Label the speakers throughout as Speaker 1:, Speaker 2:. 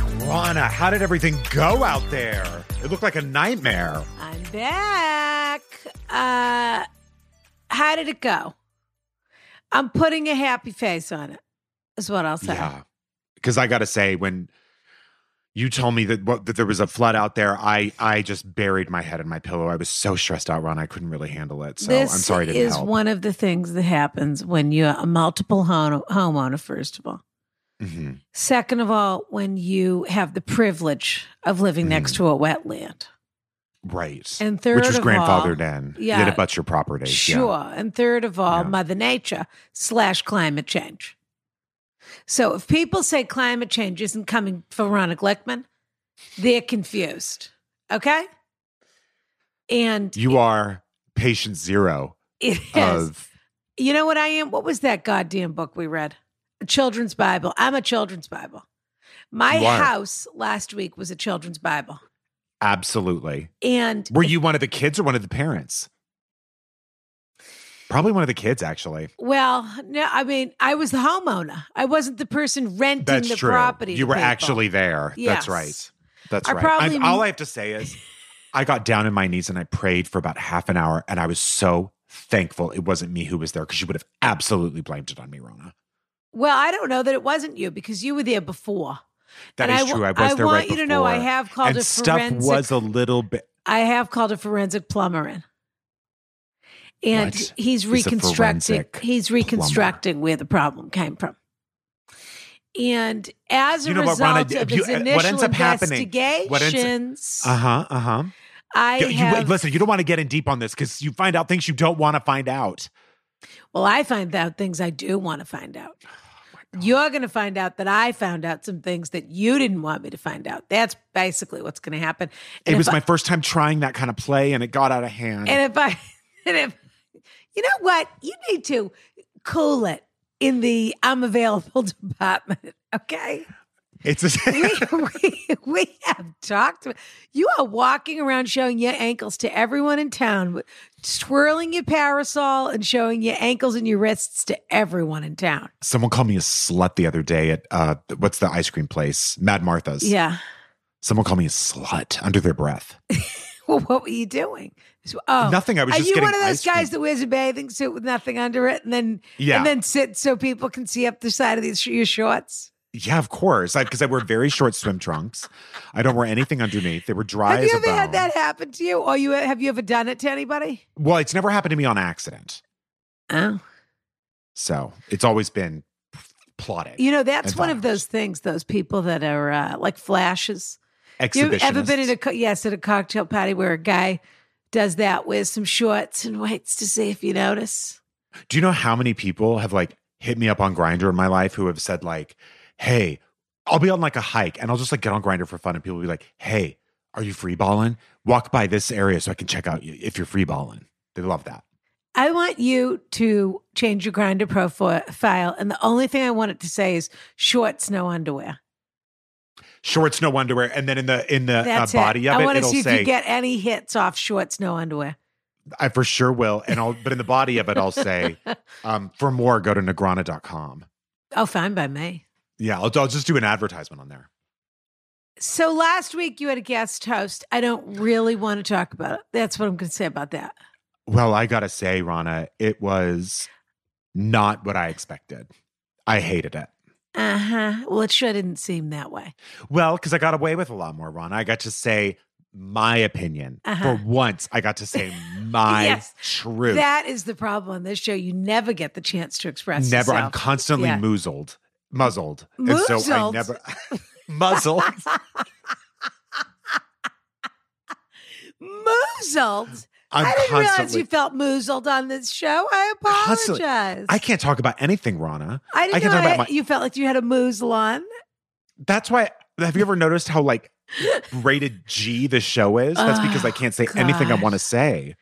Speaker 1: Yeah, how did everything go out there? It looked like a nightmare.
Speaker 2: I'm back. Uh, how did it go? I'm putting a happy face on it. Is what I'll say.
Speaker 1: Yeah. Cuz I got to say when you told me that, what, that there was a flood out there, I I just buried my head in my pillow. I was so stressed out, Ron. I couldn't really handle it. So
Speaker 2: this
Speaker 1: I'm sorry I didn't
Speaker 2: is
Speaker 1: help.
Speaker 2: one of the things that happens when you're a multiple home, homeowner. First of all,
Speaker 1: Mhm.
Speaker 2: second of all, when you have the privilege of living next to a wetland,
Speaker 1: Right.
Speaker 2: and third
Speaker 1: Mm. Which was
Speaker 2: of
Speaker 1: grandfathered
Speaker 2: all,
Speaker 1: in.
Speaker 2: yeah.
Speaker 1: That abuts your property.
Speaker 2: Sure. And third of all,
Speaker 1: Yeah.
Speaker 2: Mother Nature slash climate change. So if people say climate change isn't coming for Ronald Glickman, they're confused. Okay? And
Speaker 1: Yeah. You are patient zero
Speaker 2: it is.
Speaker 1: of
Speaker 2: You know what I am? What was that goddamn book we read? A children's Bible. I'm a children's Bible. My
Speaker 1: You are.
Speaker 2: house last week was a children's Bible.
Speaker 1: absolutely.
Speaker 2: And
Speaker 1: Were you one of the kids or one of the parents? Probably one of the kids, actually.
Speaker 2: well, no, I mean, I was the homeowner. I wasn't the person renting
Speaker 1: That's
Speaker 2: the
Speaker 1: true.
Speaker 2: property. to
Speaker 1: you were
Speaker 2: people.
Speaker 1: actually there.
Speaker 2: Yes.
Speaker 1: That's right. That's
Speaker 2: I
Speaker 1: right.
Speaker 2: probably-
Speaker 1: I, all I have to say is, I got down on my knees and I prayed for about half an hour, and I was so thankful it wasn't me who was there because you would have absolutely blamed it on me, Rona.
Speaker 2: Well, I don't know that it wasn't you because you were there before.
Speaker 1: That
Speaker 2: And
Speaker 1: is
Speaker 2: I w-
Speaker 1: true. I was
Speaker 2: I
Speaker 1: there
Speaker 2: want
Speaker 1: right
Speaker 2: you to know I
Speaker 1: before.
Speaker 2: have called
Speaker 1: and
Speaker 2: a
Speaker 1: stuff
Speaker 2: forensic-
Speaker 1: was a little bit.
Speaker 2: I have called a forensic plumber in. And
Speaker 1: What
Speaker 2: he's
Speaker 1: is a
Speaker 2: reconstructing
Speaker 1: forensic
Speaker 2: he's reconstructing where the problem came from. And as a
Speaker 1: You know what,
Speaker 2: result
Speaker 1: Ronna,
Speaker 2: of
Speaker 1: if
Speaker 2: his
Speaker 1: you- uh, what
Speaker 2: initial
Speaker 1: ends up happening-
Speaker 2: investigations,
Speaker 1: what ends- Uh huh. Uh huh.
Speaker 2: I
Speaker 1: You,
Speaker 2: have,
Speaker 1: listen, you don't want to get in deep on this because you find out things you don't want to find out.
Speaker 2: well, I find out things I do want to find out.
Speaker 1: Oh,
Speaker 2: You're going to find out that I found out some things that you didn't want me to find out. That's basically what's going to happen. And
Speaker 1: It
Speaker 2: if
Speaker 1: was
Speaker 2: I-
Speaker 1: my first time trying that kind of play, and it got out of hand.
Speaker 2: And if I, and if, you know what, you need to cool it in the I'm available department. Okay.
Speaker 1: it's a,
Speaker 2: We, we, we have talked. about- You are walking around showing your ankles to everyone in town, swirling your parasol and showing your ankles and your wrists to everyone in town.
Speaker 1: Someone called me a slut the other day at uh, what's the ice cream place? Mad Martha's.
Speaker 2: Yeah.
Speaker 1: Someone called me a slut under their breath.
Speaker 2: Well, what were you doing? So- Oh,
Speaker 1: Nothing. I was
Speaker 2: Are
Speaker 1: just
Speaker 2: you
Speaker 1: getting
Speaker 2: one of those
Speaker 1: ice cream.
Speaker 2: guys that wears a bathing suit with nothing under it, and then
Speaker 1: Yeah.
Speaker 2: and then sits so people can see up the side of these your shorts?
Speaker 1: yeah, of course. Because I, wear very short swim trunks. I don't wear anything underneath. They were dry
Speaker 2: Have
Speaker 1: as
Speaker 2: you
Speaker 1: a
Speaker 2: ever
Speaker 1: bone.
Speaker 2: had that happen to you, or you have you ever done it to anybody?
Speaker 1: Well, it's never happened to me on accident.
Speaker 2: Oh,
Speaker 1: So it's always been p- plotted.
Speaker 2: you know that's
Speaker 1: It's
Speaker 2: one of
Speaker 1: honest.
Speaker 2: those things. Those people that are uh, like flashes. You
Speaker 1: Exhibitionists.
Speaker 2: ever been at a co- yes at a cocktail party where a guy does that, wears some shorts, and waits to see if you notice?
Speaker 1: Do you know how many people have like hit me up on Grinder in my life who have said like, "Hey, I'll be on like a hike and I'll just like get on Grinder for fun," and people will be like, "Hey, are you free balling? Walk by this area so I can check out you if you're free balling." They love that.
Speaker 2: I want you to change your grinder profile, and the only thing I want it to say is shorts, no underwear.
Speaker 1: Shorts, no underwear, and then in the in the uh,
Speaker 2: That's
Speaker 1: body
Speaker 2: it.
Speaker 1: of
Speaker 2: I
Speaker 1: it,
Speaker 2: want to
Speaker 1: it'll
Speaker 2: see if
Speaker 1: say,
Speaker 2: you get any hits off shorts, no underwear.
Speaker 1: "I for sure will," and I'll but in the body of it, I'll say, um, "For more, go to Negrana.com."
Speaker 2: Oh, fine by me.
Speaker 1: Yeah, I'll, I'll just do an advertisement on there.
Speaker 2: So last week you had a guest host. I don't really want to talk about it. That's what I'm going to say about that.
Speaker 1: Well, I gotta say, Rana, it was not what I expected. I hated it.
Speaker 2: Uh huh. Well, it sure didn't seem that way.
Speaker 1: Well, because I got away with a lot more, Ron. I got to say my opinion.
Speaker 2: Uh-huh.
Speaker 1: For once, I got to say my
Speaker 2: Yes.
Speaker 1: truth.
Speaker 2: That is the problem on this show. You never get the chance to express
Speaker 1: never. I'm
Speaker 2: yourself.
Speaker 1: constantly
Speaker 2: Yeah.
Speaker 1: muzzled, muzzled, and so I
Speaker 2: Muzzled?
Speaker 1: never muzzled.
Speaker 2: Moozled.
Speaker 1: I'm
Speaker 2: I didn't realize
Speaker 1: constantly.
Speaker 2: you felt moozled on this show. I
Speaker 1: Constantly.
Speaker 2: apologize.
Speaker 1: I can't talk about anything, Rana.
Speaker 2: I didn't
Speaker 1: I can
Speaker 2: know
Speaker 1: talk about my-
Speaker 2: you felt like you had a moozle on.
Speaker 1: That's why. Have you ever noticed how like rated G the show is? That's because I
Speaker 2: Oh,
Speaker 1: can't say anything I
Speaker 2: God.
Speaker 1: want to say.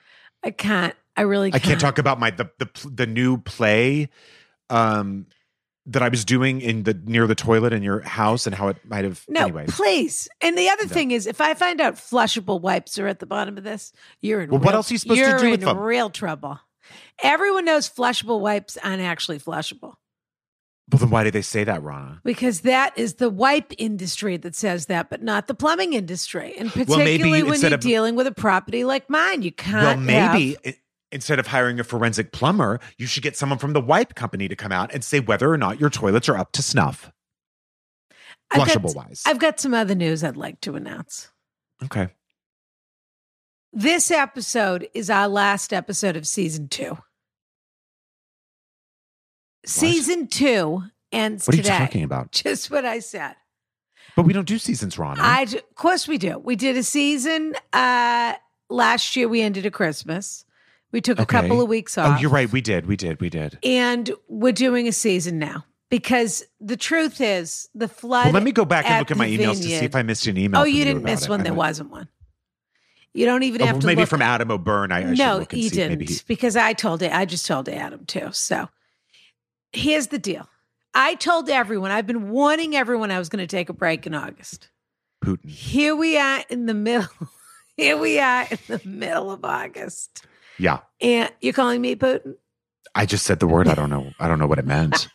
Speaker 2: I can't. I really
Speaker 1: I
Speaker 2: can't.
Speaker 1: can't talk about my the the pl- the new play um that I was doing in the near the toilet in your house and how it might have
Speaker 2: No,
Speaker 1: anyway.
Speaker 2: please. And the other
Speaker 1: No.
Speaker 2: thing is, if I find out flushable wipes are at the bottom of this, you're in.
Speaker 1: Well,
Speaker 2: real,
Speaker 1: what else are you supposed to
Speaker 2: you're
Speaker 1: do with
Speaker 2: in
Speaker 1: them?
Speaker 2: Real trouble. Everyone knows flushable wipes aren't actually flushable.
Speaker 1: Well, then why did they say that, Rana?
Speaker 2: Because that is the wipe industry that says that, but not the plumbing industry. And
Speaker 1: Well, maybe
Speaker 2: particularly when
Speaker 1: instead
Speaker 2: you're
Speaker 1: of-
Speaker 2: dealing with a property like mine, you can't.
Speaker 1: Well,
Speaker 2: have-
Speaker 1: maybe i- instead of hiring a forensic plumber, you should get someone from the wipe company to come out and say whether or not your toilets are up to snuff,
Speaker 2: I've got-
Speaker 1: flushable wise.
Speaker 2: I've got some other news I'd like to announce.
Speaker 1: okay.
Speaker 2: This episode is our last episode of season two. Season two ends
Speaker 1: What are you
Speaker 2: today.
Speaker 1: talking about?
Speaker 2: Just what I said.
Speaker 1: But we don't do seasons, Rana.
Speaker 2: I d- of course we do. We did a season uh last year. We ended at Christmas. We took a
Speaker 1: Okay.
Speaker 2: couple of weeks
Speaker 1: oh,
Speaker 2: off.
Speaker 1: you're right. We did. We did. We did.
Speaker 2: And we're doing a season now because the truth is the flood.
Speaker 1: Well, let me go back and
Speaker 2: at
Speaker 1: look at my
Speaker 2: the
Speaker 1: emails to see
Speaker 2: vineyard.
Speaker 1: if I missed an email.
Speaker 2: oh,
Speaker 1: from
Speaker 2: you didn't
Speaker 1: about
Speaker 2: miss
Speaker 1: it.
Speaker 2: one.
Speaker 1: I
Speaker 2: There
Speaker 1: might-
Speaker 2: wasn't one. You don't even
Speaker 1: Oh,
Speaker 2: have to
Speaker 1: maybe
Speaker 2: look
Speaker 1: from Adam O'Byrne. I, I should
Speaker 2: no,
Speaker 1: look and
Speaker 2: you
Speaker 1: see.
Speaker 2: didn't
Speaker 1: Maybe he-
Speaker 2: because I told it. I just told Adam too. So here's the deal. I told everyone. I've been warning everyone I was going to take a break in August.
Speaker 1: Putin.
Speaker 2: Here we are in the middle. Here we are in the middle of August.
Speaker 1: Yeah,
Speaker 2: And you're calling me Putin?
Speaker 1: I just said the word. I don't know. I don't know what it meant.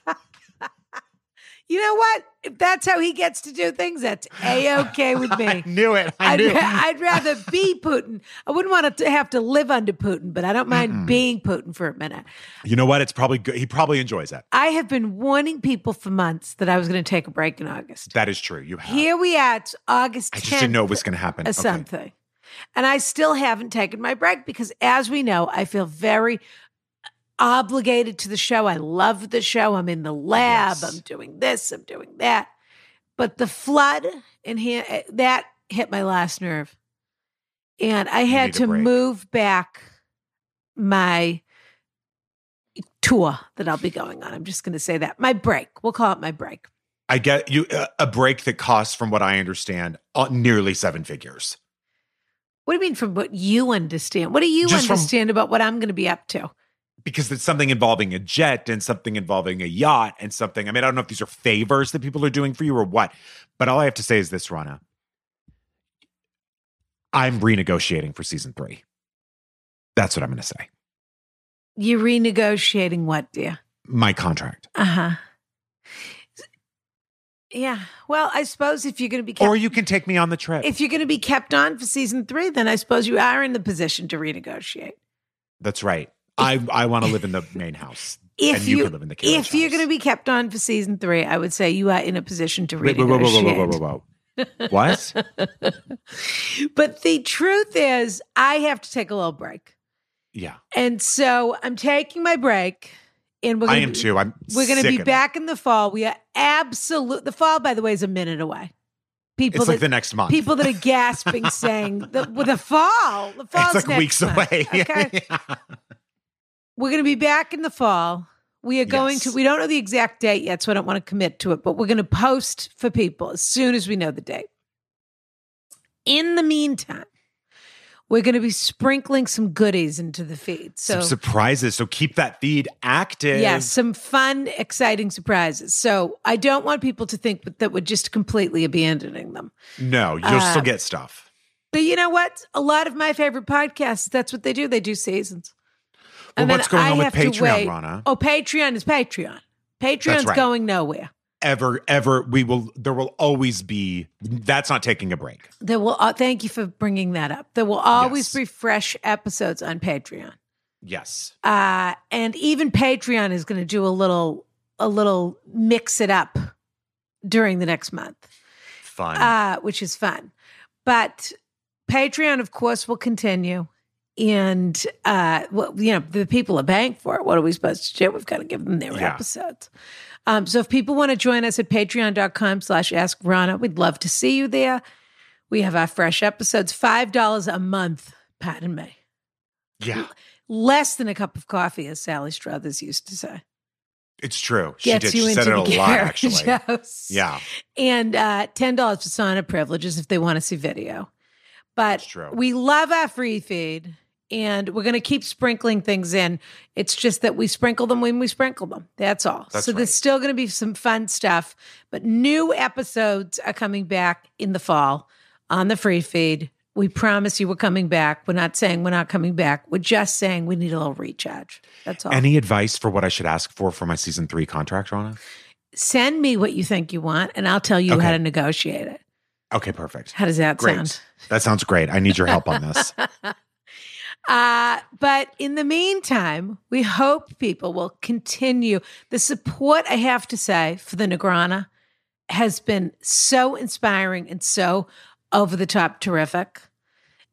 Speaker 2: You know what? If that's how he gets to do things, that's a okay with
Speaker 1: I
Speaker 2: me.
Speaker 1: knew it. I
Speaker 2: I'd,
Speaker 1: knew.
Speaker 2: I'd rather be Putin. I wouldn't want to have to live under Putin, but I don't mind
Speaker 1: Mm-mm.
Speaker 2: being Putin for a minute.
Speaker 1: you know what? It's probably good. He probably enjoys it.
Speaker 2: I have been warning people for months that I was going to take a break in August.
Speaker 1: That is true. You have.
Speaker 2: Here we are. It's August 10th.
Speaker 1: I just didn't know it was going to happen.
Speaker 2: or
Speaker 1: Okay.
Speaker 2: something. And I still haven't taken my break because, as we know, I feel very obligated to the show. I love the show. I'm in the lab.
Speaker 1: Yes.
Speaker 2: I'm doing this. I'm doing that. But the flood and he- eh, that hit my last nerve, and I had
Speaker 1: need a
Speaker 2: to
Speaker 1: break.
Speaker 2: move back my tour that I'll be going on. I'm just going to say that my break. We'll call it my break.
Speaker 1: I get you uh, a break that costs, from what I understand, uh, nearly seven figures.
Speaker 2: What do you mean from what you understand? What do you
Speaker 1: Just from-
Speaker 2: understand about what I'm going to be up to?
Speaker 1: because it's something involving a jet and something involving a yacht and something. I mean, I don't know if these are favors that people are doing for you or what, but all I have to say is this, Rana. I'm renegotiating for season three. That's what I'm going to say.
Speaker 2: You're renegotiating what, dear?
Speaker 1: My contract.
Speaker 2: Uh huh. Yeah. Well, I suppose if you're going to be kept,
Speaker 1: Or you can take me on the trip.
Speaker 2: if you're going to be kept on for season three, then I suppose you are in the position to renegotiate.
Speaker 1: That's right. I, I want to live in the main house.
Speaker 2: If
Speaker 1: and you,
Speaker 2: you,
Speaker 1: can live in the carriage
Speaker 2: if you're
Speaker 1: house.
Speaker 2: going to be kept on for season three, I would say you are in a position to renegotiate.
Speaker 1: Wait, wait, whoa, whoa, whoa, whoa, whoa, whoa, whoa. What?
Speaker 2: but the truth is, I have to take a little break,
Speaker 1: Yeah.
Speaker 2: and so I'm taking my break, and we're
Speaker 1: I
Speaker 2: gonna
Speaker 1: am
Speaker 2: be-
Speaker 1: too. I'm
Speaker 2: We're going to
Speaker 1: sick
Speaker 2: be
Speaker 1: of it.
Speaker 2: back in the fall. We are absolute. The fall, by the way, is a minute away. People
Speaker 1: It's like
Speaker 2: that
Speaker 1: the next month.
Speaker 2: people that are gasping, saying the, well, the fall. The fall's
Speaker 1: it's like
Speaker 2: next
Speaker 1: weeks
Speaker 2: month,
Speaker 1: away.
Speaker 2: okay,
Speaker 1: Yeah.
Speaker 2: we're going to be back in the fall. We are going to.
Speaker 1: Yes.
Speaker 2: We don't know the exact date yet, so I don't want to commit to it. But we're going to post for people as soon as we know the date. In the meantime, we're going to be sprinkling some goodies into the feed. So
Speaker 1: some surprises. So keep that feed active.
Speaker 2: Yes, some fun, exciting surprises. So I don't want people to think that we're just completely abandoning them.
Speaker 1: No, you'll
Speaker 2: Uh,
Speaker 1: still get stuff.
Speaker 2: But you know what? A lot of my favorite podcasts, that's what they do. They do seasons.
Speaker 1: Well,
Speaker 2: then
Speaker 1: what's going
Speaker 2: I
Speaker 1: on
Speaker 2: have
Speaker 1: with
Speaker 2: to
Speaker 1: Patreon,
Speaker 2: wait-
Speaker 1: Rana?
Speaker 2: Oh, Patreon is Patreon. Patreon's
Speaker 1: right.
Speaker 2: going nowhere.
Speaker 1: Ever, ever, we will. There will always be. That's not taking a break.
Speaker 2: There will. Uh, thank you for bringing that up. There will always
Speaker 1: Yes.
Speaker 2: be fresh episodes on Patreon,
Speaker 1: Yes,
Speaker 2: uh, and even Patreon is going to do a little, a little mix it up during the next month.
Speaker 1: fun.
Speaker 2: uh, which is fun. But Patreon, of course, will continue. And, uh, well, you know, the people are paying for it. What are we supposed to do? We've got to give them their
Speaker 1: Yeah.
Speaker 2: episodes. Um, so if people want to join us at patreon.com slash ask Rana, we'd love to see you there. We have our fresh episodes, $5 a month. Pardon me.
Speaker 1: yeah,
Speaker 2: Less than a cup of coffee, as Sally Struthers used to say.
Speaker 1: it's true. She
Speaker 2: Gets
Speaker 1: did.
Speaker 2: you
Speaker 1: She
Speaker 2: into
Speaker 1: said it a
Speaker 2: the
Speaker 1: lot,
Speaker 2: carriage
Speaker 1: actually.
Speaker 2: house.
Speaker 1: Yeah,
Speaker 2: and uh, ten dollars for sauna privileges if they want to see video.
Speaker 1: it's
Speaker 2: But
Speaker 1: true.
Speaker 2: we love our free feed, and we're going to keep sprinkling things in. It's just that we sprinkle them when we sprinkle them. That's all.
Speaker 1: That's
Speaker 2: so
Speaker 1: right.
Speaker 2: there's still going to be some fun stuff, but new episodes are coming back in the fall on the free feed. We promise you we're coming back. We're not saying we're not coming back. We're just saying we need a little recharge. That's all.
Speaker 1: Any advice for what I should ask for for my season three contract, Rana?
Speaker 2: Send me what you think you want, and I'll tell you how
Speaker 1: Okay.
Speaker 2: to negotiate it.
Speaker 1: Okay, perfect.
Speaker 2: How does that
Speaker 1: Great.
Speaker 2: sound?
Speaker 1: That sounds great. I need your help on this.
Speaker 2: Uh, but in the meantime, we hope people will continue. The support, I have to say, for the Negrana has been so inspiring and so over the top terrific.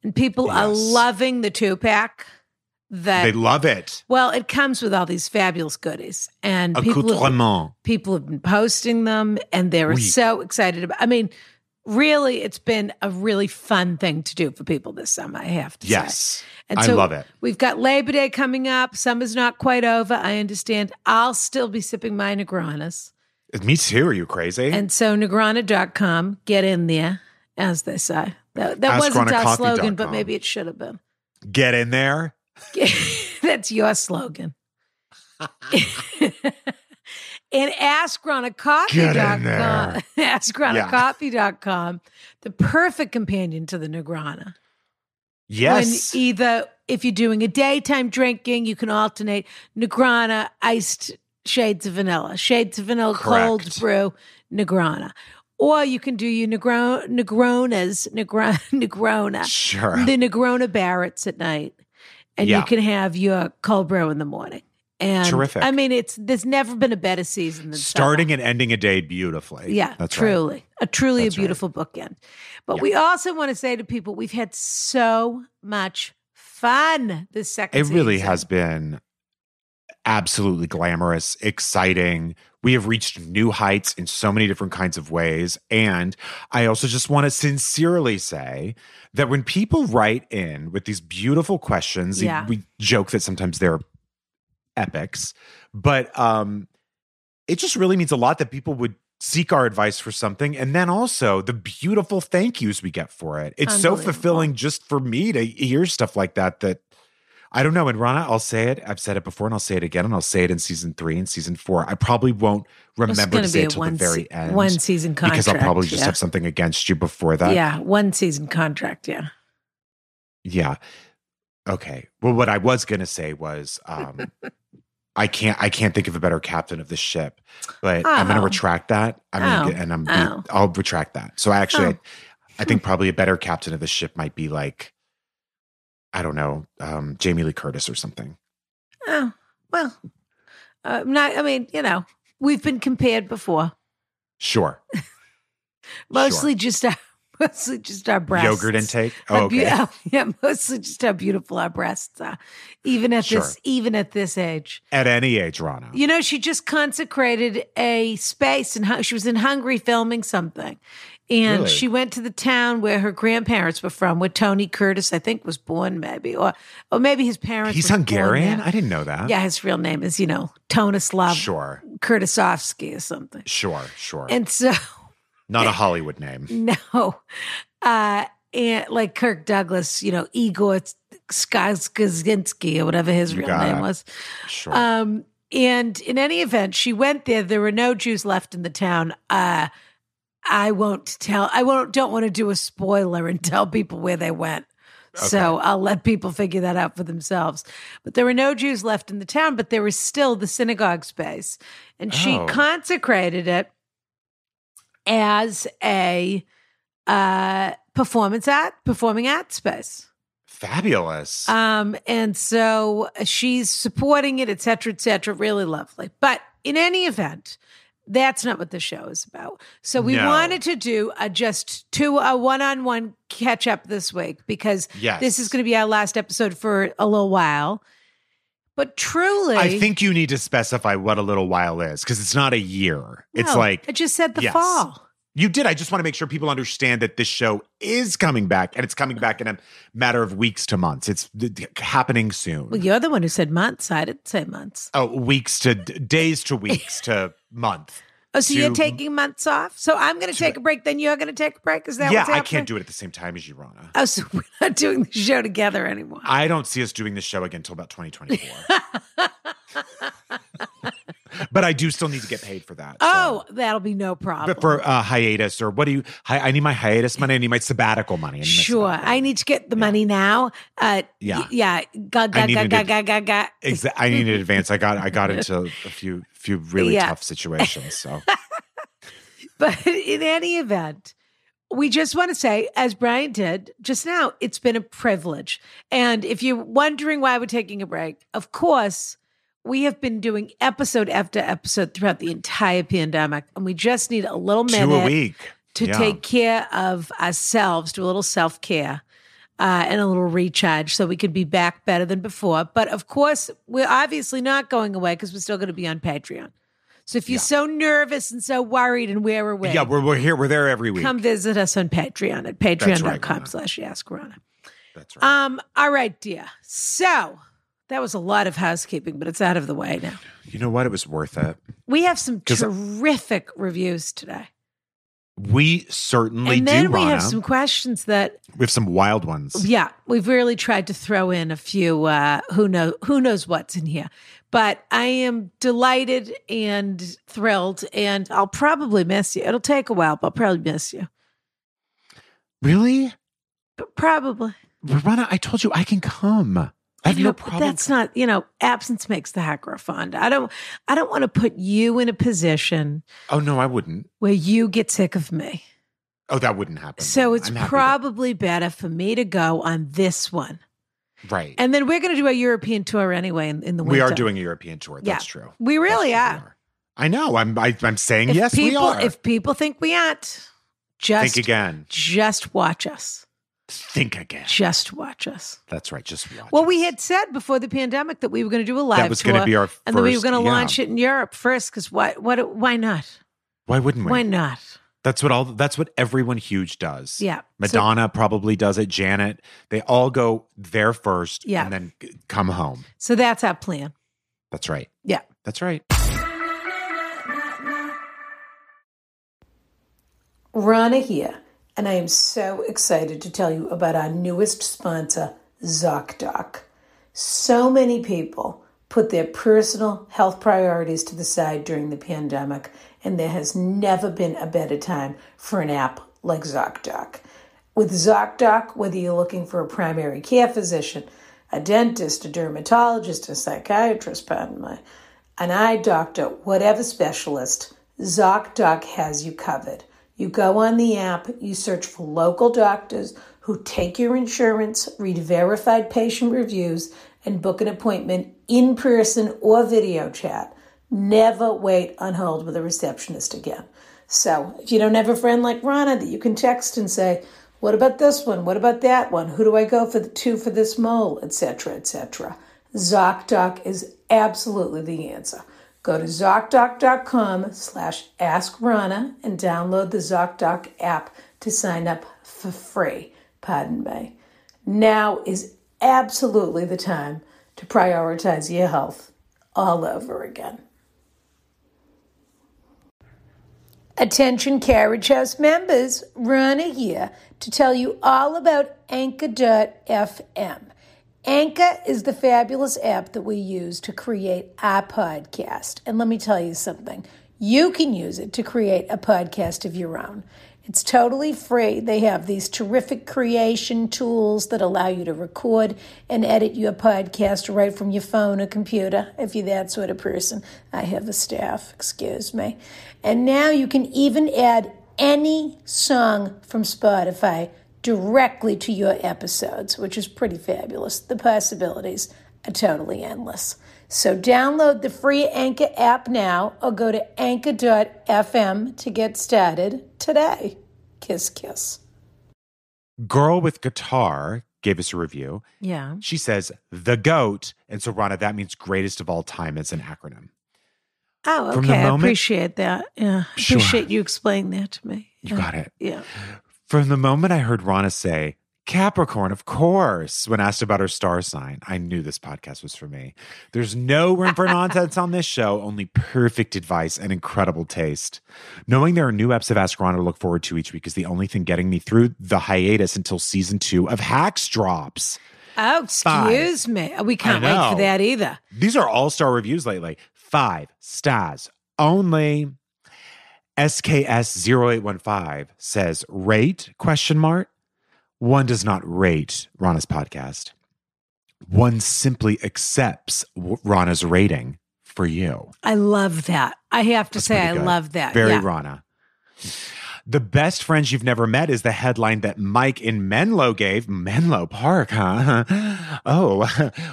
Speaker 2: And people are
Speaker 1: Yes.
Speaker 2: loving the two pack that
Speaker 1: they love it.
Speaker 2: well, it comes with all these fabulous goodies. And people
Speaker 1: Accoutrement.
Speaker 2: people have been posting them and they're
Speaker 1: Oui.
Speaker 2: so excited about I mean, really it's been a really fun thing to do for people this summer, I have to say.
Speaker 1: Yes.
Speaker 2: And
Speaker 1: I
Speaker 2: so
Speaker 1: love it.
Speaker 2: We've got Labor Day coming up. Summer's not quite over. I understand. I'll still be sipping my Negranas.
Speaker 1: Me too. Are you crazy?
Speaker 2: And so Negrana.com, get in there, as they say. That, that
Speaker 1: Ask
Speaker 2: wasn't
Speaker 1: on a
Speaker 2: our
Speaker 1: coffee
Speaker 2: slogan,
Speaker 1: dot
Speaker 2: but
Speaker 1: com.
Speaker 2: maybe it should have been.
Speaker 1: Get in there.
Speaker 2: That's your slogan. and ask Ron at
Speaker 1: Get
Speaker 2: coffee.com.
Speaker 1: in there.
Speaker 2: Ask Ron
Speaker 1: Yeah.
Speaker 2: at coffee.com, the perfect companion to the Negrana.
Speaker 1: Yes.
Speaker 2: When either if you're doing a daytime drinking, you can alternate Negrana, iced shades of vanilla, shades of vanilla, cold
Speaker 1: Correct.
Speaker 2: brew, Negrana. Or you can do your Negro, Negronas, Negra, Negrona
Speaker 1: sure.
Speaker 2: the Negrona Barretts at night, and you
Speaker 1: Yeah.
Speaker 2: can have your cold brew in the morning. And
Speaker 1: Terrific.
Speaker 2: I mean, it's there's never been a better season than summer.
Speaker 1: Starting and ending a day beautifully.
Speaker 2: Yeah,
Speaker 1: That's right.
Speaker 2: truly a truly a
Speaker 1: That's right.
Speaker 2: beautiful bookend. But we also want to say to people, we've had so much fun this second.
Speaker 1: It really
Speaker 2: season.
Speaker 1: has been absolutely glamorous, exciting. We have reached new heights in so many different kinds of ways. And I also just want to sincerely say that when people write in with these beautiful questions,
Speaker 2: Yeah.
Speaker 1: we joke that sometimes they're epics, but um, it just really means a lot that people would seek our advice for something and then also the beautiful thank yous we get for it it's so
Speaker 2: Unbelievable.
Speaker 1: fulfilling just for me to hear stuff like that that I don't know. And Rana, I'll say it. I've said it before and I'll say it again. And I'll say it in season three and season four. I probably won't
Speaker 2: It's
Speaker 1: remember
Speaker 2: going
Speaker 1: to
Speaker 2: to be
Speaker 1: say
Speaker 2: a
Speaker 1: it till the
Speaker 2: one
Speaker 1: very
Speaker 2: se-
Speaker 1: end.
Speaker 2: one season contract
Speaker 1: because I'll probably just
Speaker 2: yeah.
Speaker 1: have something against you before that.
Speaker 2: yeah one season contract yeah
Speaker 1: Yeah. Okay. Well, what I was gonna say was um I can't I can't think of a better captain of the ship, but I'm gonna
Speaker 2: Oh.
Speaker 1: retract that. I'm
Speaker 2: Oh.
Speaker 1: gonna get, and I'm
Speaker 2: Oh.
Speaker 1: I'll retract that. So actually
Speaker 2: Oh.
Speaker 1: I, I think probably a better captain of the ship might be like I don't know, um Jamie Lee Curtis or something.
Speaker 2: oh well uh, not I mean you know we've been compared before
Speaker 1: Sure.
Speaker 2: mostly just our mostly just our breasts.
Speaker 1: Yogurt intake.
Speaker 2: How
Speaker 1: Oh,
Speaker 2: beau-
Speaker 1: okay.
Speaker 2: yeah, mostly just how beautiful our breasts are, even at
Speaker 1: Sure.
Speaker 2: this even at this age.
Speaker 1: At any age, Rana.
Speaker 2: You know, she just consecrated a space, and Hun- she was in Hungary filming something, and
Speaker 1: Really?
Speaker 2: she went to the town where her grandparents were from, where Tony Curtis, I think, was born, maybe, or or maybe his parents.
Speaker 1: He's
Speaker 2: were born there.
Speaker 1: Hungarian? I didn't know that.
Speaker 2: Yeah, his real name is you know Tonislav
Speaker 1: Sure.
Speaker 2: Kurtisovsky or something,
Speaker 1: Sure. Sure.
Speaker 2: and so.
Speaker 1: Not a Hollywood name.
Speaker 2: No. Uh and like Kirk Douglas, you know, Igor Skazinski or whatever his
Speaker 1: You
Speaker 2: real
Speaker 1: got
Speaker 2: name
Speaker 1: it.
Speaker 2: was.
Speaker 1: Sure.
Speaker 2: Um and in any event, she went there. There were no Jews left in the town. Uh I won't tell I won't don't want to do a spoiler and tell people where they went. So I'll let people figure that out for themselves. But there were no Jews left in the town, but there was still the synagogue space. And she
Speaker 1: Oh.
Speaker 2: consecrated it as a uh performance art performing art space
Speaker 1: Fabulous.
Speaker 2: um and so she's supporting it et cetera et cetera really lovely but in any event that's not what the show is about so we
Speaker 1: No.
Speaker 2: wanted to do a just two a one-on-one catch up this week because
Speaker 1: yes.
Speaker 2: this is going to be our last episode for a little while but truly
Speaker 1: I think you need to specify what a little while is because it's not a year. It's
Speaker 2: No,
Speaker 1: like
Speaker 2: i just said the
Speaker 1: yes.
Speaker 2: fall
Speaker 1: you did. I just want to make sure people understand that this show is coming back and it's coming back in a matter of weeks to months. It's d- d- happening soon.
Speaker 2: well you're the one who said months i didn't say months
Speaker 1: oh, weeks to d- days to weeks to month.
Speaker 2: Oh, so you're
Speaker 1: to-
Speaker 2: taking months off? So I'm going to
Speaker 1: to-
Speaker 2: take a break, then you're going to take a break? Is that
Speaker 1: yeah,
Speaker 2: what's
Speaker 1: I
Speaker 2: happening?
Speaker 1: can't do it at the same time as you, Rana.
Speaker 2: Oh, so we're not doing the show together anymore.
Speaker 1: I don't see us doing this show again until about 2024. but I do still need to get paid for that. so.
Speaker 2: Oh, that'll be no problem.
Speaker 1: But for uh, hiatus or what do you? Hi, I need my hiatus money. I need my sabbatical money. I need my
Speaker 2: Sure.
Speaker 1: sabbatical.
Speaker 2: I need to get the money now. Uh,
Speaker 1: Yeah.
Speaker 2: y- yeah. God, God, God,
Speaker 1: I needed
Speaker 2: God,
Speaker 1: it.
Speaker 2: God, God, God.
Speaker 1: Exa- I need an advance. I got I got into a few few really
Speaker 2: Yeah.
Speaker 1: tough situations. So
Speaker 2: But in any event, we just want to say, as Brian did just now, it's been a privilege. And if you're wondering why we're taking a break, of course, we have been doing episode after episode throughout the entire pandemic. And we just need a little minute
Speaker 1: two a week.
Speaker 2: to
Speaker 1: Yeah.
Speaker 2: take care of ourselves, do a little self care uh, and a little recharge so we could be back better than before. But of course, we're obviously not going away because we're still going to be on Patreon. So if you're
Speaker 1: Yeah.
Speaker 2: so nervous and so worried and where away,
Speaker 1: Yeah, we're, we're here. We're there every week.
Speaker 2: come visit us on Patreon at
Speaker 1: right,
Speaker 2: patreon.com
Speaker 1: Rana.
Speaker 2: slash askrana.
Speaker 1: That's right.
Speaker 2: Um, all right, dear. So that was a lot of housekeeping, but it's out of the way now.
Speaker 1: you know what? It was worth it.
Speaker 2: We have some
Speaker 1: 'Cause-
Speaker 2: terrific reviews today.
Speaker 1: We certainly
Speaker 2: and then
Speaker 1: do,
Speaker 2: we
Speaker 1: Rana.
Speaker 2: have some questions that
Speaker 1: we have some wild ones.
Speaker 2: Yeah, we've really tried to throw in a few uh, who know who knows what's in here. But I am delighted and thrilled, and I'll probably miss you. It'll take a while, but I'll probably miss you.
Speaker 1: Really,
Speaker 2: But probably,
Speaker 1: Rana? I told you I can come. I have
Speaker 2: You know,
Speaker 1: no
Speaker 2: but
Speaker 1: problem.
Speaker 2: That's not you know, absence makes the hacker fond. I don't, I don't want to put you in a position
Speaker 1: oh no, I wouldn't.
Speaker 2: where you get sick of me.
Speaker 1: Oh, that wouldn't happen.
Speaker 2: So it's
Speaker 1: I'm happy to-
Speaker 2: probably better for me to go on this one,
Speaker 1: right.
Speaker 2: and then we're going to do a European tour anyway in, in the
Speaker 1: we
Speaker 2: winter.
Speaker 1: are doing a European tour.
Speaker 2: Yeah.
Speaker 1: That's true.
Speaker 2: We really
Speaker 1: That's
Speaker 2: are.
Speaker 1: true, we I know. I'm. I, I'm saying
Speaker 2: If
Speaker 1: yes.
Speaker 2: people,
Speaker 1: we are.
Speaker 2: If people think we aren't,
Speaker 1: Think
Speaker 2: just
Speaker 1: again.
Speaker 2: just watch us.
Speaker 1: Think again.
Speaker 2: Just watch us.
Speaker 1: That's right. Just watch.
Speaker 2: Well, we
Speaker 1: us.
Speaker 2: had said before the pandemic that we were going to do a live
Speaker 1: that was
Speaker 2: tour,
Speaker 1: going to be our first,
Speaker 2: and that we were going to
Speaker 1: yeah.
Speaker 2: launch it in Europe first. Because why? What? Why not?
Speaker 1: Why wouldn't we?
Speaker 2: Why not?
Speaker 1: That's what all. That's what everyone huge does.
Speaker 2: Yeah. So,
Speaker 1: Madonna probably does it. Janet. They all go there first.
Speaker 2: Yeah.
Speaker 1: And then g- come home.
Speaker 2: so that's our plan.
Speaker 1: That's right.
Speaker 2: Yeah.
Speaker 1: That's right.
Speaker 2: Rana here, and I am so excited to tell you about our newest sponsor, ZocDoc. So many people put their personal health priorities to the side during the pandemic, and there has never been a better time for an app like ZocDoc. With ZocDoc, whether you're looking for a primary care physician, a dentist, a dermatologist, a psychiatrist, pardon my, an eye doctor, whatever specialist, ZocDoc has you covered. You go on the app, you search for local doctors who take your insurance, read verified patient reviews, and book an appointment in person or video chat. Never wait on hold with a receptionist again. So if you don't have a friend like Rana that you can text and say, what about this one? What about that one? Who do I go for the two for this mole? Etc. Etc. ZocDoc is absolutely the answer. Go to ZocDoc.com slash Ask Rana and download the ZocDoc app to sign up for free. Pardon me. Now is absolutely the time to prioritize your health all over again. Attention Carriage House members, Rana here to tell you all about Anchor.fm. Anchor is the fabulous app that we use to create our podcast. And let me tell you something you can use it to create a podcast of your own. It's totally free. They have these terrific creation tools that allow you to record and edit your podcast right from your phone or computer if you're that sort of person. I have a staff, excuse me. And now you can even add any song from Spotify directly to your episodes, which is pretty fabulous. The possibilities are totally endless. So download the free Anchor app now or go to anchor.fm to get started today. Kiss, kiss.
Speaker 1: Girl with guitar gave us a review.
Speaker 2: Yeah.
Speaker 1: She says the goat, and so Rana, that means greatest of all time. It's an acronym.
Speaker 2: Oh,
Speaker 1: From the
Speaker 2: okay. I
Speaker 1: moment-
Speaker 2: appreciate that. Yeah. I
Speaker 1: Sure.
Speaker 2: appreciate you explaining that to me.
Speaker 1: You got it.
Speaker 2: Yeah.
Speaker 1: From the moment I heard Rana say, Capricorn, of course, when asked about her star sign, I knew this podcast was for me. There's no room for nonsense on this show, only perfect advice and incredible taste. Knowing there are new eps of Ask Rana to look forward to each week is the only thing getting me through the hiatus until season two of Hacks drops.
Speaker 2: Oh,
Speaker 1: Five.
Speaker 2: excuse me. We can't
Speaker 1: I
Speaker 2: wait for
Speaker 1: know.
Speaker 2: that either.
Speaker 1: These are all star reviews lately. five stars only. SKS0815 says rate question mark. One does not rate Rana's podcast. One simply accepts w- Rana's rating for you.
Speaker 2: I love that. I have to
Speaker 1: That's
Speaker 2: say,
Speaker 1: pretty
Speaker 2: I
Speaker 1: good.
Speaker 2: love that.
Speaker 1: Very
Speaker 2: Uh, yeah.
Speaker 1: Rana. The best friends you've never met is the headline that Mike in Menlo gave. Menlo Park, huh? Oh,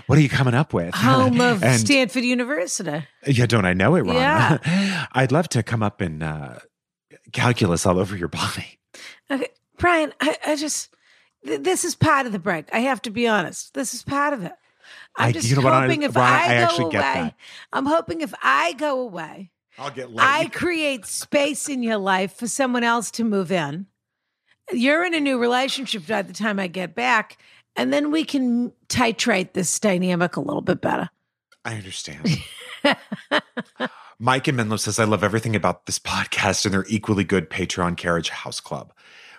Speaker 1: what are you coming up with?
Speaker 2: Home of
Speaker 1: And-
Speaker 2: Stanford University.
Speaker 1: Yeah, don't I know it, Rana? I'd love to come up and uh, calculus all over your body.
Speaker 2: Okay, Brian, I, I just th- this is part of the break. I have to be honest. This is part of it. I'm
Speaker 1: I-
Speaker 2: just
Speaker 1: you know what, I-
Speaker 2: hoping if
Speaker 1: Rana,
Speaker 2: I,
Speaker 1: I
Speaker 2: go
Speaker 1: actually
Speaker 2: away,
Speaker 1: get that.
Speaker 2: I'm hoping if I go away,
Speaker 1: I'll get
Speaker 2: I create space in your life for someone else to move in. You're in a new relationship by the time I get back, and then we can titrate this dynamic a little bit better.
Speaker 1: I understand. Mike and Menlo says, I love everything about this podcast and their equally good Patreon Carriage House Club.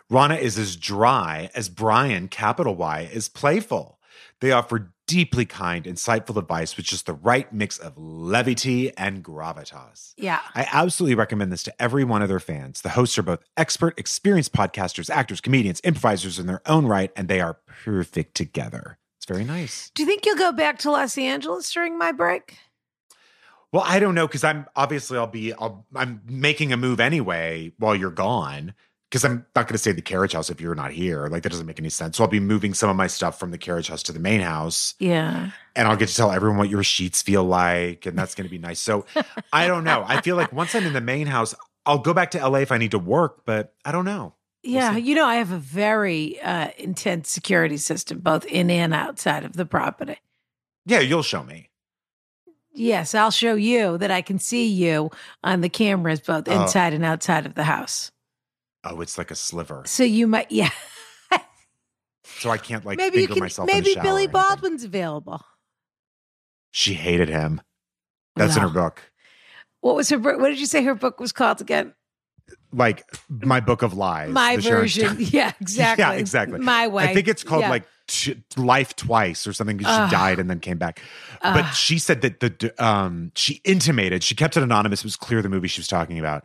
Speaker 1: Rana is as dry as Brian, capital Y, is playful. They offer deeply kind, insightful advice with just the right mix of levity and gravitas.
Speaker 2: Yeah.
Speaker 1: I absolutely recommend this to every one of their fans. The hosts are both expert, experienced podcasters, actors, comedians, improvisers in their own right, and they are perfect together. It's very nice.
Speaker 2: Do you think you'll go back to Los Angeles during my break?
Speaker 1: Well, I don't know because I'm obviously I'll be I'll, I'm making a move anyway while you're gone because I'm not going to stay at the carriage house if you're not here. Like that doesn't make any sense. So I'll be moving some of my stuff from the carriage house to the main house,
Speaker 2: Yeah.
Speaker 1: and I'll get to tell everyone what your sheets feel like, and that's going to be nice. So I don't know. I feel like once I'm in the main house, I'll go back to LA if I need to work, but I don't know.
Speaker 2: Yeah,
Speaker 1: see.
Speaker 2: you know, I have a very uh, intense security system, both in and outside of the property.
Speaker 1: Yeah, you'll show me.
Speaker 2: Yes, I'll show you that I can see you on the cameras, both
Speaker 1: Oh.
Speaker 2: inside and outside of the house.
Speaker 1: Oh, it's like a sliver.
Speaker 2: So you might, yeah,
Speaker 1: So I can't like
Speaker 2: maybe you
Speaker 1: finger
Speaker 2: can,
Speaker 1: myself. in the
Speaker 2: maybe
Speaker 1: shower or
Speaker 2: Billy
Speaker 1: anything.
Speaker 2: Baldwin's available.
Speaker 1: She hated him. That's in
Speaker 2: Well,
Speaker 1: her book.
Speaker 2: What was her? bro- What did you say her book was called again?
Speaker 1: Like my book of lies.
Speaker 2: My
Speaker 1: the Sharon
Speaker 2: version.
Speaker 1: Stone-
Speaker 2: Yeah, exactly.
Speaker 1: Yeah, exactly.
Speaker 2: My way.
Speaker 1: I think it's called
Speaker 2: Yeah.
Speaker 1: like t- Life Twice or something. 'cause She
Speaker 2: Ugh.
Speaker 1: died and then came back.
Speaker 2: Ugh.
Speaker 1: but she said that the d- um she intimated she kept it anonymous. It was clear the movie she was talking about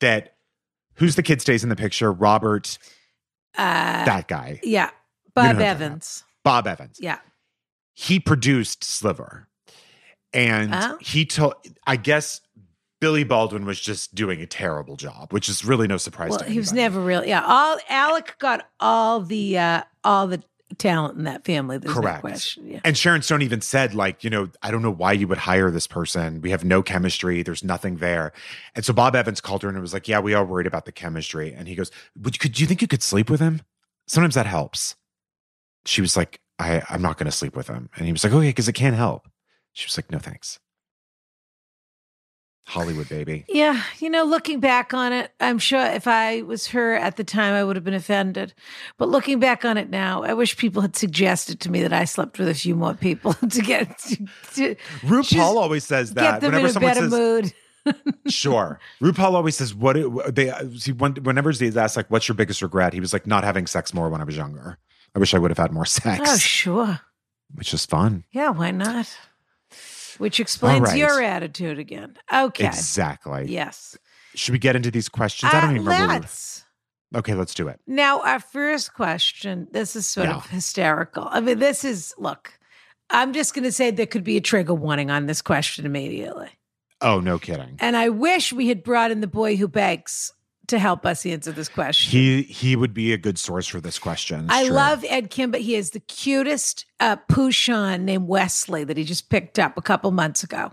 Speaker 1: that. Who's the kid stays in the picture? Robert,
Speaker 2: uh,
Speaker 1: that guy,
Speaker 2: yeah, Bob
Speaker 1: who I'm talking about.
Speaker 2: Evans.
Speaker 1: Bob Evans.
Speaker 2: Yeah.
Speaker 1: he produced Sliver. And
Speaker 2: Oh.
Speaker 1: he told, I guess Billy Baldwin was just doing a terrible job, which is really no surprise
Speaker 2: Well,
Speaker 1: to
Speaker 2: he was
Speaker 1: anybody.
Speaker 2: never real. Yeah, all Alec got all the uh all the talent in that family. There's
Speaker 1: Correct.
Speaker 2: no question. Yeah.
Speaker 1: And Sharon Stone even said, like, you know, I don't know why you would hire this person. We have no chemistry. There's nothing there. And so Bob Evans called her and was like, Yeah, we are worried about the chemistry. And he goes, Would you, could do you think you could sleep with him? Sometimes that helps. She was like, I, I'm not going to sleep with him. And he was like, Okay, because it can't help. She was like, No, thanks. Hollywood, baby.
Speaker 2: Yeah, you know, looking back on it, I'm sure if I was her at the time, I would have been offended. But looking back on it now, I wish people had suggested to me that I slept with a few more people to get to, to
Speaker 1: RuPaul
Speaker 2: She's-
Speaker 1: always says
Speaker 2: get
Speaker 1: that
Speaker 2: them in
Speaker 1: whenever
Speaker 2: a
Speaker 1: someone
Speaker 2: better
Speaker 1: says
Speaker 2: mood.
Speaker 1: sure. RuPaul always says what it, wh- they see when, whenever he's asked like what's your biggest regret, he was like not having sex more when I was younger. I wish I would have had more sex,
Speaker 2: Oh, sure.
Speaker 1: which is fun.
Speaker 2: Yeah, why not? Which explains
Speaker 1: right.
Speaker 2: your attitude again. Okay.
Speaker 1: Exactly.
Speaker 2: Yes.
Speaker 1: Should we get into these questions? I don't
Speaker 2: Uh,
Speaker 1: even remember. where we-
Speaker 2: let's.
Speaker 1: Okay, let's do it.
Speaker 2: Now, our first question this is sort of hysterical. I mean, this is look, I'm just going to say there could be a trigger warning on this question immediately.
Speaker 1: Oh, no kidding.
Speaker 2: And I wish we had brought in the boy who bakes to help us answer this question.
Speaker 1: He he would be a good source for this question.
Speaker 2: I
Speaker 1: Sure.
Speaker 2: love Ed Kim, but he has the cutest uh, Pouchon named Wesley that he just picked up a couple months ago.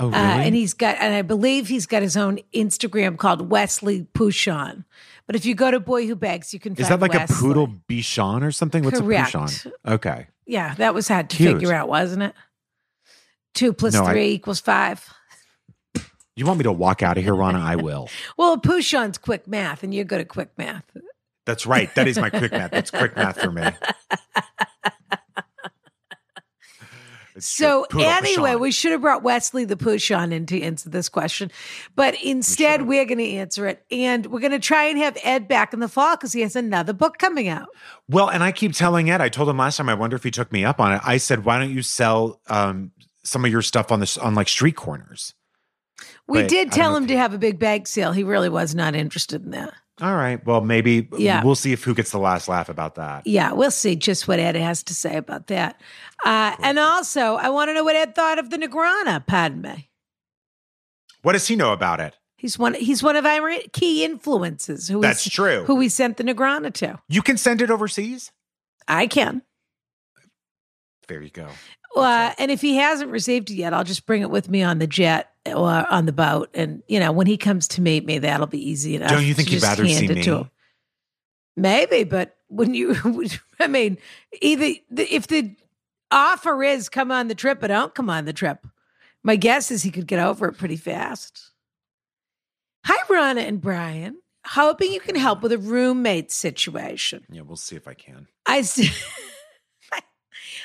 Speaker 1: Oh, really?
Speaker 2: Uh, and he's got, and I believe he's got his own Instagram called Wesley Pouchon. But if you go to Boy Who Bakes, you can
Speaker 1: is that
Speaker 2: find
Speaker 1: like
Speaker 2: Wesley.
Speaker 1: a poodle bichon or something? What's
Speaker 2: Correct.
Speaker 1: a bichon? Okay.
Speaker 2: Yeah, that was hard to
Speaker 1: Cute.
Speaker 2: figure out, wasn't it? Two plus
Speaker 1: No, I-
Speaker 2: three equals five.
Speaker 1: You want me to walk out of here, Rana? I will.
Speaker 2: Well, Pouchon's quick math, and you're good at quick math.
Speaker 1: That's right. That is my quick math. That's quick math for me. It's true.
Speaker 2: So
Speaker 1: Poodle,
Speaker 2: anyway,
Speaker 1: Bashan.
Speaker 2: we should have brought Wesley the Pouchon in to answer this question, but instead
Speaker 1: have.
Speaker 2: we are going to answer it, and we're going to try and have Ed back in the fall because he has another book coming out.
Speaker 1: well, and I keep telling Ed. I told him last time. I wonder if he took me up on it. I said, "Why don't you sell um, some of your stuff on this on like street corners.
Speaker 3: We
Speaker 1: But I
Speaker 3: did
Speaker 1: don't
Speaker 3: tell
Speaker 1: know
Speaker 3: him
Speaker 1: if
Speaker 3: to have a big bag sale. He really was not interested in that.
Speaker 1: All right. Well, maybe
Speaker 3: Yeah.
Speaker 1: we'll see if who gets the last laugh about that.
Speaker 3: Yeah, we'll see just what Ed has to say about that. Uh, And also, I want to know what Ed thought of the Negrana. Pardon me.
Speaker 1: What does he know about it?
Speaker 3: He's one. He's one of our key influences. Who we-
Speaker 1: That's true.
Speaker 3: Who we sent the Negrana to?
Speaker 1: You can send it overseas.
Speaker 3: I can.
Speaker 1: There you go.
Speaker 3: Uh, and if he hasn't received it yet, I'll just bring it with me on the jet or on the boat. And you know, when he comes to meet me, that'll be easy enough.
Speaker 1: Don't you think
Speaker 3: to
Speaker 1: he'd
Speaker 3: Uh, just
Speaker 1: rather
Speaker 3: hand
Speaker 1: see
Speaker 3: it to
Speaker 1: me?
Speaker 3: him. Maybe, but wouldn't you? would- I mean, either the, if the offer is come on the trip or don't come on the trip, my guess is he could get over it pretty fast. Hi, Ronna and Brian. Hoping you can help with a roommate situation.
Speaker 1: Yeah, we'll see if I can.
Speaker 3: I st-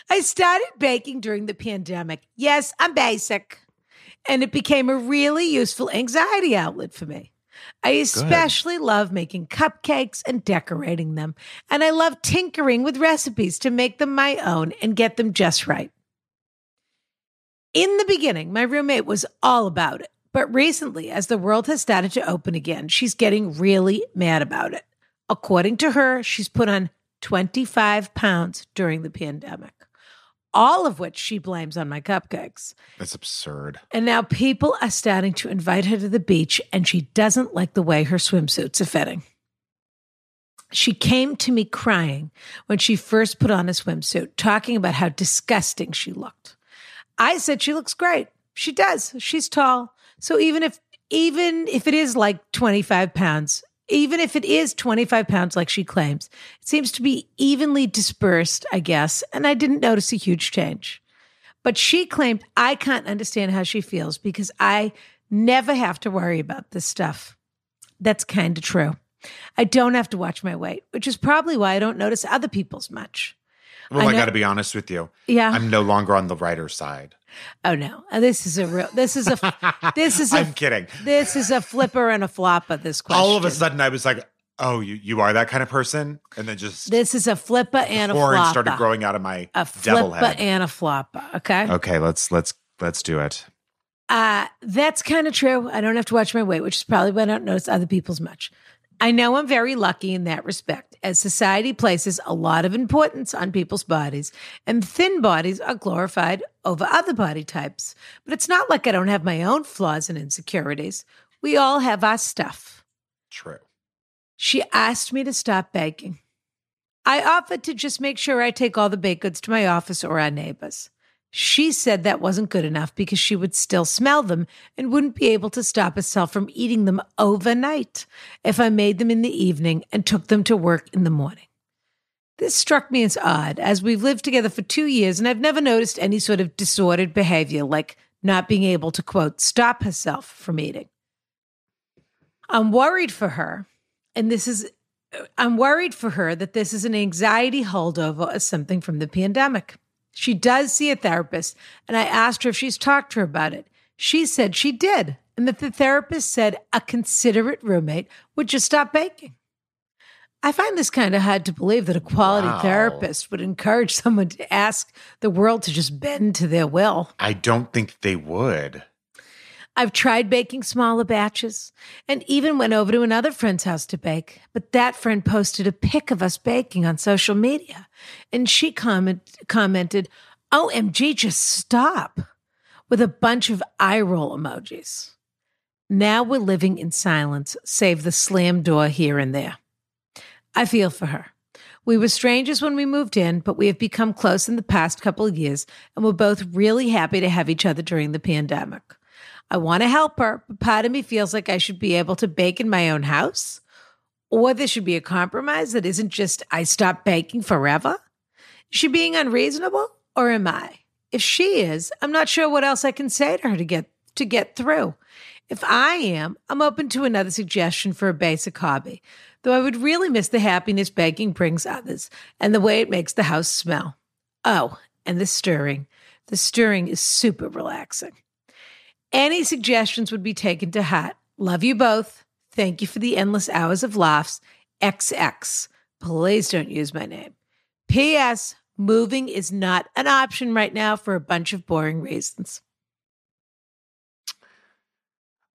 Speaker 3: I started baking during the pandemic. Yes, I'm basic. And it became a really useful anxiety outlet for me. I especially love making cupcakes and decorating them. And I love tinkering with recipes to make them my own and get them just right. In the beginning, my roommate was all about it. But recently, as the world has started to open again, she's getting really mad about it. According to her, she's put on 25 pounds during the pandemic, all of which she blames on my cupcakes.
Speaker 1: That's absurd.
Speaker 3: And now people are starting to invite her to the beach, and she doesn't like the way her swimsuits are fitting. She came to me crying when she first put on a swimsuit, talking about how disgusting she looked. I said she looks great. She does. She's tall. So even if even if it is like 25 pounds, even if it is 25 pounds like she claims, it seems to be evenly dispersed, I guess, and I didn't notice a huge change. But she claimed I can't understand how she feels because I never have to worry about this stuff. That's kind of true. I don't have to watch my weight, which is probably why I don't notice other people's much.
Speaker 1: Well,
Speaker 3: I
Speaker 1: I,
Speaker 3: know-
Speaker 1: got to be honest with you.
Speaker 3: Yeah.
Speaker 1: I'm no longer on the writer's side.
Speaker 3: oh no. This is a real this is a This is a-
Speaker 1: I'm kidding.
Speaker 3: This is a flipper and a flopper, this question.
Speaker 1: All of a sudden, I was like, "Oh, you you are that kind of person," and then just
Speaker 3: This is a flipper and a
Speaker 1: orange
Speaker 3: flopper.
Speaker 1: started growing out of my
Speaker 3: a
Speaker 1: devil
Speaker 3: flipper
Speaker 1: head.
Speaker 3: and a flopper. Okay.
Speaker 1: okay, let's let's let's do it.
Speaker 3: Uh, that's kind of true. I don't have to watch my weight, which is probably why I don't notice other people's much. I know I'm very lucky in that respect, as society places a lot of importance on people's bodies, and thin bodies are glorified over other body types. But it's not like I don't have my own flaws and insecurities. We all have our stuff.
Speaker 1: True.
Speaker 3: She asked me to stop baking. I offered to just make sure I take all the baked goods to my office or our neighbors. She said that wasn't good enough because she would still smell them and wouldn't be able to stop herself from eating them overnight if I made them in the evening and took them to work in the morning. This struck me as odd, as we've lived together for two years and I've never noticed any sort of disordered behavior, like not being able to, quote, stop herself from eating. I'm worried for her and this is I'm worried for her that this is an anxiety holdover or something from the pandemic. She does see a therapist, and I asked her if she's talked to her about it. She said she did, and that the therapist said a considerate roommate would just stop baking. I find this kind of hard to believe that a quality
Speaker 1: Wow.
Speaker 3: therapist would encourage someone to ask the world to just bend to their will.
Speaker 1: I don't think they would.
Speaker 3: I've tried baking smaller batches and even went over to another friend's house to bake, but that friend posted a pic of us baking on social media and she comment, commented, OMG, just stop, with a bunch of eye roll emojis. Now we're living in silence, save the slam door here and there. I feel for her. We were strangers when we moved in, but we have become close in the past couple of years, and we're both really happy to have each other during the pandemic. I want to help her, but part of me feels like I should be able to bake in my own house, or there should be a compromise that isn't just I stop baking forever. Is she being unreasonable, or am I? If she is, I'm not sure what else I can say to her to get to get through. If I am, I'm open to another suggestion for a basic hobby, though I would really miss the happiness baking brings others and the way it makes the house smell. Oh, and the stirring. The stirring is super relaxing. Any suggestions would be taken to heart. Love you both. Thank you for the endless hours of laughs. XX. Please don't use my name. P.S. Moving is not an option right now for a bunch of boring reasons.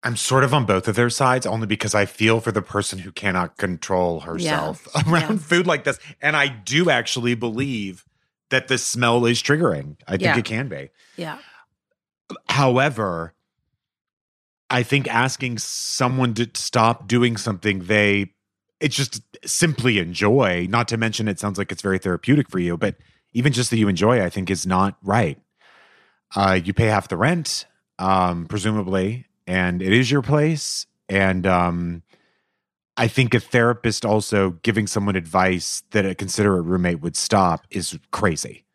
Speaker 1: I'm sort of on both of their sides only because I feel for the person who cannot control herself around
Speaker 3: Yeah.
Speaker 1: food like this. And I do actually believe that the smell is triggering. I think
Speaker 3: Yeah.
Speaker 1: it can be.
Speaker 3: Yeah.
Speaker 1: However, I think asking someone to stop doing something they it's just simply enjoy, not to mention it sounds like it's very therapeutic for you, but even just that you enjoy, I think is not right. Uh, you pay half the rent, um, presumably, and it is your place. And um, I think a therapist also giving someone advice that a considerate roommate would stop is crazy.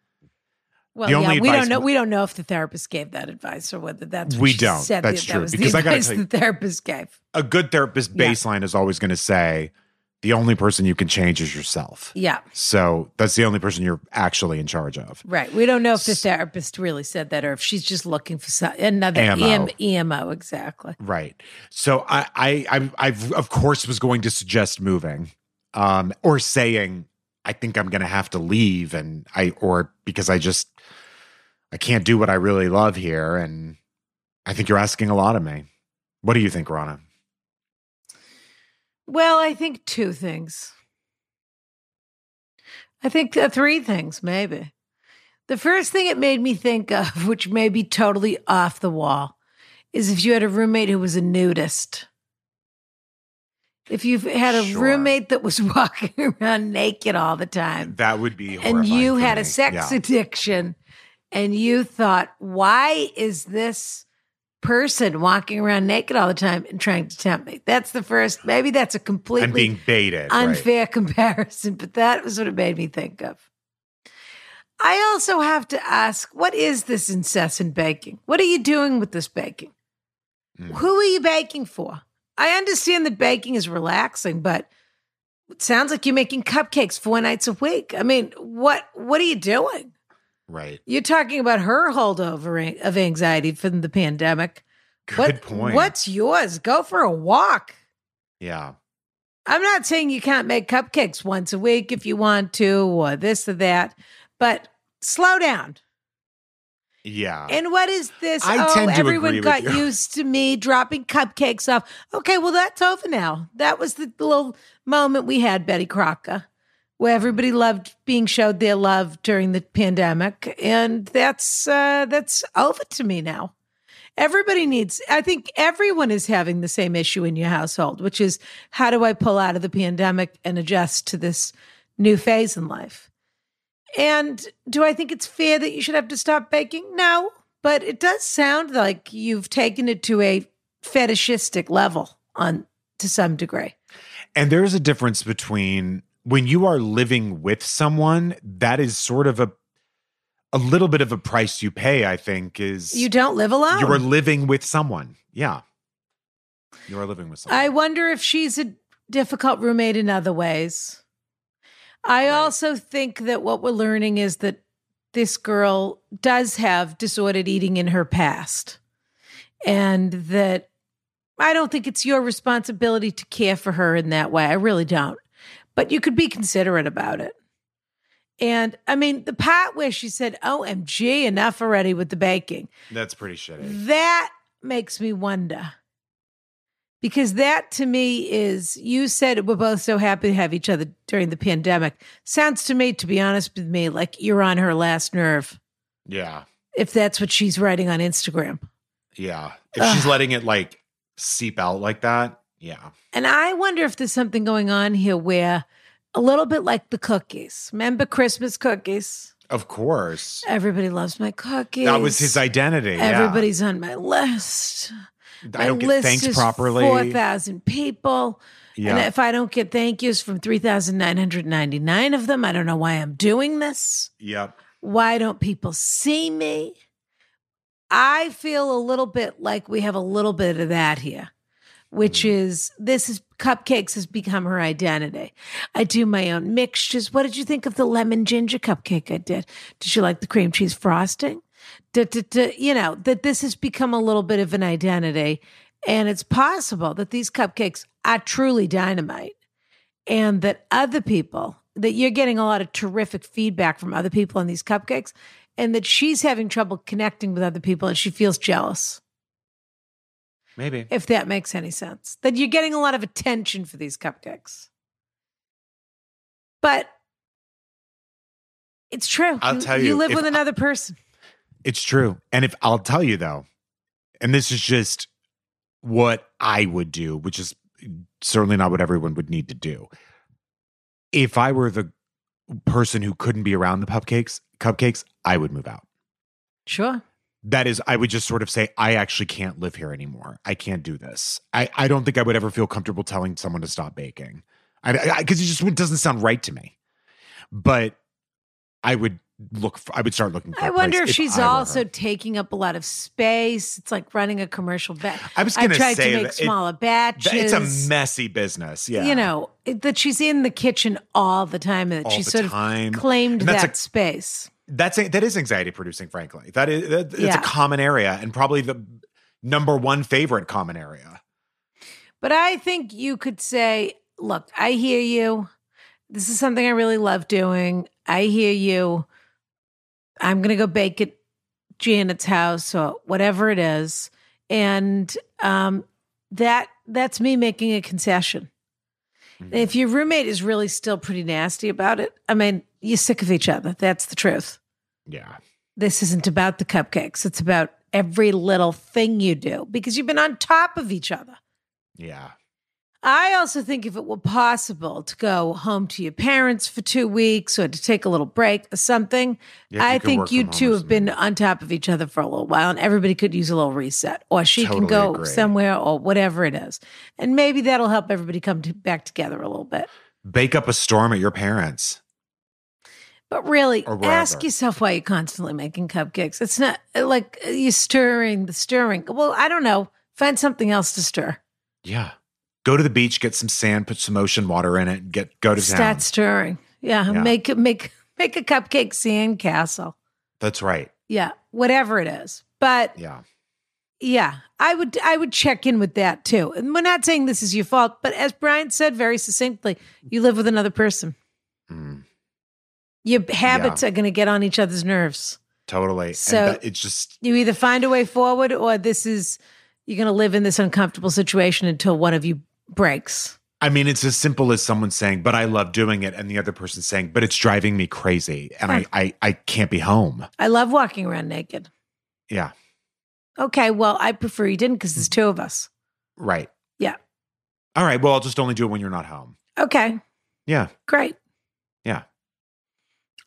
Speaker 3: Well,
Speaker 1: The only
Speaker 3: yeah, we don't
Speaker 1: advice-
Speaker 3: know. We don't know if the therapist gave that advice or whether that's what
Speaker 1: We
Speaker 3: she
Speaker 1: don't.
Speaker 3: Said
Speaker 1: That's
Speaker 3: that,
Speaker 1: true.
Speaker 3: That was
Speaker 1: Because
Speaker 3: the
Speaker 1: I gotta
Speaker 3: advice
Speaker 1: tell you-
Speaker 3: the therapist gave.
Speaker 1: a good therapist
Speaker 3: Yeah.
Speaker 1: baseline is always going to say the only person you can change is yourself.
Speaker 3: Yeah,
Speaker 1: So that's the only person you're actually in charge of.
Speaker 3: right. We don't know if the
Speaker 1: S-
Speaker 3: therapist really said that or if she's just looking for some, another E
Speaker 1: AMO.
Speaker 3: EM, EMO. Exactly.
Speaker 1: Right. So I I I I've, of course was going to suggest moving um or saying I think I'm going to have to leave and I or because I just I can't do what I really love here and I think you're asking a lot of me. What do you think, Rana?
Speaker 3: Well, I think two things. I think uh, three things, maybe. The first thing it made me think of, which may be totally off the wall, is if you had a roommate who was a nudist. If you had a
Speaker 1: Sure.
Speaker 3: roommate that was walking around naked all the time
Speaker 1: That would be
Speaker 3: and
Speaker 1: horrifying
Speaker 3: you
Speaker 1: for
Speaker 3: had
Speaker 1: me.
Speaker 3: a sex
Speaker 1: Yeah.
Speaker 3: addiction and you thought, why is this person walking around naked all the time and trying to tempt me? That's the first, maybe that's a completely
Speaker 1: and being baited. right.
Speaker 3: unfair comparison, but that was what it made me think of. I also have to ask, what is this incessant baking? What are you doing with this baking?
Speaker 1: Mm.
Speaker 3: Who are you baking for? I understand that baking is relaxing, but it sounds like you're making cupcakes four nights a week. I mean, what what are you doing?
Speaker 1: Right.
Speaker 3: You're talking about her holdover of anxiety from the pandemic.
Speaker 1: Good
Speaker 3: What-
Speaker 1: point.
Speaker 3: What's yours? Go for a walk.
Speaker 1: Yeah.
Speaker 3: I'm not saying you can't make cupcakes once a week if you want to, or this or that, but slow down.
Speaker 1: Yeah.
Speaker 3: And what is this?
Speaker 1: I
Speaker 3: oh,
Speaker 1: tend to
Speaker 3: everyone
Speaker 1: agree with
Speaker 3: got
Speaker 1: you.
Speaker 3: used to me dropping cupcakes off. Okay, well, that's over now. That was the little moment we had, Betty Crocker, where everybody loved being showed their love during the pandemic. And that's uh, that's over to me now. Everybody needs, I think everyone is having the same issue in your household, which is how do I pull out of the pandemic and adjust to this new phase in life? And do I think it's fair that you should have to stop baking? No, but it does sound like you've taken it to a fetishistic level on to some degree.
Speaker 1: and there's a difference between when you are living with someone, that is sort of a a little bit of a price you pay, I think, is
Speaker 3: You don't live alone.
Speaker 1: you are living with someone. Yeah. You are living with someone.
Speaker 3: I wonder if she's a difficult roommate in other ways. I
Speaker 1: Right.
Speaker 3: also think that what we're learning is that this girl does have disordered eating in her past. And that I don't think it's your responsibility to care for her in that way. I really don't. But you could be considerate about it. And I mean, the part where she said, OMG, enough already with the baking.
Speaker 1: That's pretty
Speaker 3: Mm.
Speaker 1: shitty.
Speaker 3: That makes me wonder. Because that to me is, you said we're both so happy to have each other during the pandemic. Sounds to me, to be honest with me, like you're on her last nerve,
Speaker 1: Yeah.
Speaker 3: if that's what she's writing on Instagram.
Speaker 1: Yeah. If she's
Speaker 3: Ugh.
Speaker 1: letting it like seep out like that, yeah.
Speaker 3: And I wonder if there's something going on here where, a little bit like the cookies. Remember Christmas cookies?
Speaker 1: Of course.
Speaker 3: Everybody loves my cookies.
Speaker 1: That was his identity.
Speaker 3: Everybody's on my list.
Speaker 1: yeah.
Speaker 3: My
Speaker 1: I don't get
Speaker 3: list
Speaker 1: thanks
Speaker 3: is
Speaker 1: properly.
Speaker 3: 4,000 people. And
Speaker 1: Yeah.
Speaker 3: if I don't get thank yous from 3,999 of them, I don't know why I'm doing this.
Speaker 1: Yep.
Speaker 3: Why don't people see me? I feel a little bit like we have a little bit of that here, which
Speaker 1: Mm.
Speaker 3: is this is cupcakes has become her identity. I do my own mixtures. What did you think of the lemon ginger cupcake I did? Did you like the cream cheese frosting? Da, da, da, you know, that this has become a little bit of an identity. And it's possible that these cupcakes are truly dynamite and that other people that you're getting a lot of terrific feedback from other people on these cupcakes and that she's having trouble connecting with other people and she feels jealous,
Speaker 1: Maybe.
Speaker 3: if that makes any sense. That you're getting a lot of attention for these cupcakes. But it's true.
Speaker 1: I'll tell you,
Speaker 3: You live
Speaker 1: if
Speaker 3: with
Speaker 1: I-
Speaker 3: another person.
Speaker 1: It's true. And if I'll tell you though, and this is just what I would do, which is certainly not what everyone would need to do. If I were the person who couldn't be around the cupcakes, cupcakes, I would move out.
Speaker 3: Sure.
Speaker 1: that is i would just sort of say i actually can't live here anymore i can't do this i, I don't think i would ever feel comfortable telling someone to stop baking because I, because it just doesn't sound right to me but i would look for, i would start looking for
Speaker 3: I
Speaker 1: a
Speaker 3: wonder
Speaker 1: place
Speaker 3: if she's
Speaker 1: I were
Speaker 3: also
Speaker 1: her.
Speaker 3: taking up a lot of space. It's like running a commercial batch.
Speaker 1: i was
Speaker 3: I
Speaker 1: gonna
Speaker 3: tried
Speaker 1: say
Speaker 3: to make
Speaker 1: that it-
Speaker 3: smaller
Speaker 1: that
Speaker 3: batches.
Speaker 1: it's a messy business yeah
Speaker 3: You know, it- that she's in the kitchen all the time and that
Speaker 1: all
Speaker 3: she
Speaker 1: the
Speaker 3: sort
Speaker 1: time
Speaker 3: of claimed
Speaker 1: And that's
Speaker 3: that
Speaker 1: a-
Speaker 3: space.
Speaker 1: that's a, that is anxiety producing frankly that is that, that's
Speaker 3: Yeah.
Speaker 1: a common area and probably the number one favorite common area
Speaker 3: But I think you could say, look, I hear you. This is something I really love doing. I hear you. I'm going to go bake at Janet's house or whatever it is. And um, that that's me making a concession.
Speaker 1: Mm-hmm.
Speaker 3: If your roommate is really still pretty nasty about it, I mean, you're sick of each other. That's the truth.
Speaker 1: yeah
Speaker 3: This isn't about the cupcakes. It's about every little thing you do because you've been on top of each other.
Speaker 1: yeah
Speaker 3: I also think if it were possible to go home to your parents for two weeks or to take a little break or something,
Speaker 1: Yeah, if
Speaker 3: I
Speaker 1: you could work
Speaker 3: think you
Speaker 1: from home
Speaker 3: two
Speaker 1: or
Speaker 3: have been on top of each other for a little while and everybody could use a little reset. Or she
Speaker 1: Totally
Speaker 3: can go
Speaker 1: agree.
Speaker 3: somewhere or whatever it is. And maybe that'll help everybody come to, back together a little bit.
Speaker 1: bake up a storm at your parents
Speaker 3: But really,
Speaker 1: Or wherever.
Speaker 3: ask yourself why you're constantly making cupcakes. It's not uh, like uh, you're stirring the stirring. Well, I don't know. Find something else to stir.
Speaker 1: Yeah. Go to the beach, get some sand, put some ocean water in it, get go to town.
Speaker 3: Start stirring. Yeah,
Speaker 1: Yeah.
Speaker 3: make make make a cupcake sand castle.
Speaker 1: That's right.
Speaker 3: Yeah, whatever it is. But
Speaker 1: Yeah.
Speaker 3: yeah, I would I would check in with that too. And we're not saying this is your fault, but as Brian said very succinctly, you live with another person.
Speaker 1: Mm,
Speaker 3: Your habits are going to get on each other's nerves.
Speaker 1: totally.
Speaker 3: So-
Speaker 1: and that, it's just
Speaker 3: You either find a way forward or this is you're going to live in this uncomfortable situation until one of you breaks.
Speaker 1: I mean, it's as simple as someone saying, but I love doing it, and the other person saying, but it's driving me crazy and I, I I can't be home.
Speaker 3: I love walking around naked.
Speaker 1: Yeah.
Speaker 3: Okay, well, I prefer you didn't because there's two of us.
Speaker 1: Right.
Speaker 3: Yeah.
Speaker 1: All right. Well, I'll just only do it when you're not home.
Speaker 3: Okay,
Speaker 1: Yeah.
Speaker 3: great.
Speaker 1: Yeah.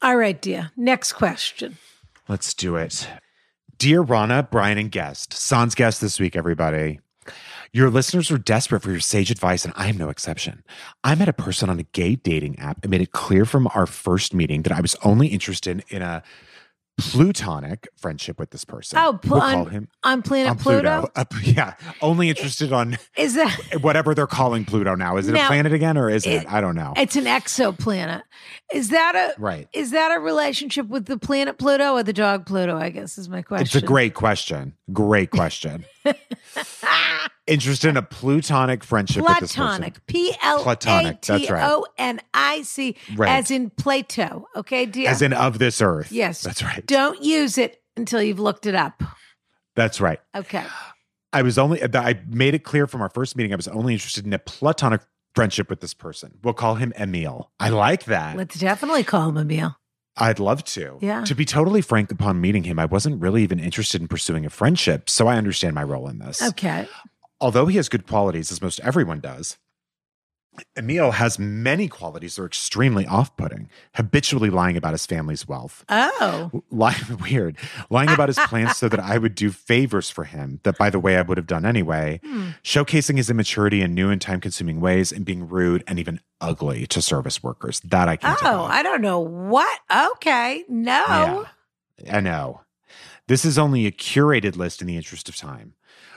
Speaker 3: All right, dear. Next question.
Speaker 1: Let's do it. Dear Rana, Brian, and guest, Sans guest this week, everybody. Your listeners are desperate for your sage advice, and I am no exception. I met a person on a gay dating app and made it clear from our first meeting that I was only interested in a plutonic friendship with this person.
Speaker 3: Oh, pl-
Speaker 1: we'll
Speaker 3: on-
Speaker 1: call him
Speaker 3: On planet
Speaker 1: on
Speaker 3: Pluto?
Speaker 1: Pluto. Uh, yeah, only interested on
Speaker 3: Is that
Speaker 1: whatever they're calling Pluto now. Is it a
Speaker 3: Now-
Speaker 1: planet again, or is it?
Speaker 3: It-
Speaker 1: I don't know.
Speaker 3: it's an exoplanet. Is that a
Speaker 1: Right.
Speaker 3: is that a relationship with the planet Pluto or the dog Pluto? I guess is my question.
Speaker 1: It's a great question. Great question. Interested in a plutonic friendship with this person.
Speaker 3: platonic. P L A
Speaker 1: Platonic,
Speaker 3: T
Speaker 1: that's right.
Speaker 3: O N I C
Speaker 1: Right.
Speaker 3: as in Plato. Okay, dear.
Speaker 1: As in of this earth.
Speaker 3: Yes.
Speaker 1: That's right.
Speaker 3: Don't use it until you've looked it up.
Speaker 1: That's right.
Speaker 3: Okay.
Speaker 1: I was only I made it clear from our first meeting I was only interested in a platonic friendship with this person. We'll call him Emil. I like that.
Speaker 3: Let's definitely call him a meal.
Speaker 1: I'd love to.
Speaker 3: Yeah.
Speaker 1: To be totally frank, upon meeting him, I wasn't really even interested in pursuing a friendship, so I understand my role in this.
Speaker 3: Okay.
Speaker 1: although he has good qualities, as most everyone does, Emil has many qualities that are extremely off putting, habitually lying about his family's wealth.
Speaker 3: Oh.
Speaker 1: Lying, weird. Lying about his plans so that I would do favors for him that, by the way, I would have done anyway.
Speaker 3: Hmm.
Speaker 1: Showcasing his immaturity in new and time consuming ways and being rude and even ugly to service workers. That I can
Speaker 3: Oh, I don't know what. Okay. No.
Speaker 1: yeah, I know. This is only a curated list in the interest of time.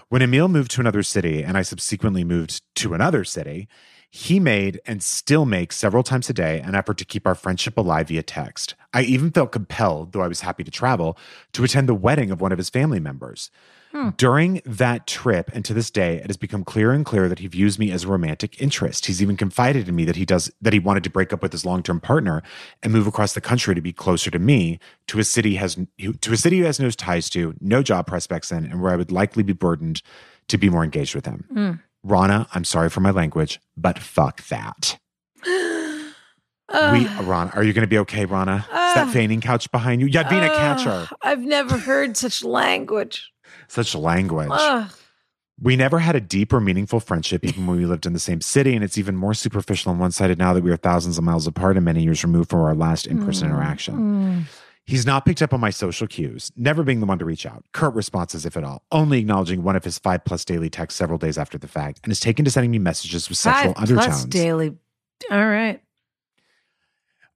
Speaker 1: When Emil moved to another city and I subsequently moved to another city, he made and still makes several times a day an effort to keep our friendship alive via text. I even felt compelled, though I was happy to travel, to attend the wedding of one of his family members.
Speaker 3: Hmm.
Speaker 1: During that trip and to this day, it has become clearer and clearer that he views me as a romantic interest. He's even confided in me that he does that he wanted to break up with his long-term partner and move across the country to be closer to me, to a city has to a city he has no ties to, no job prospects in, and where I would likely be burdened to be more engaged with him.
Speaker 3: Hmm.
Speaker 1: Rana, I'm sorry for my language, but fuck that. we,
Speaker 3: Ugh.
Speaker 1: Rana, are you going to be okay, Rana? Is that
Speaker 3: Ugh.
Speaker 1: fainting couch behind you? Yadvina, catch her.
Speaker 3: Ugh. I've never heard such language.
Speaker 1: Such language.
Speaker 3: Ugh.
Speaker 1: We never had a deep or meaningful friendship, even when we lived in the same city, and it's even more superficial and one sided now that we are thousands of miles apart and many years removed from our last in person
Speaker 3: Mm.
Speaker 1: interaction.
Speaker 3: Mm.
Speaker 1: He's not picked up on my social cues, never being the one to reach out, curt responses, if at all, only acknowledging one of his five plus daily texts several days after the fact, and is taken to sending me messages with sexual
Speaker 3: Five plus
Speaker 1: undertones.
Speaker 3: daily. All right.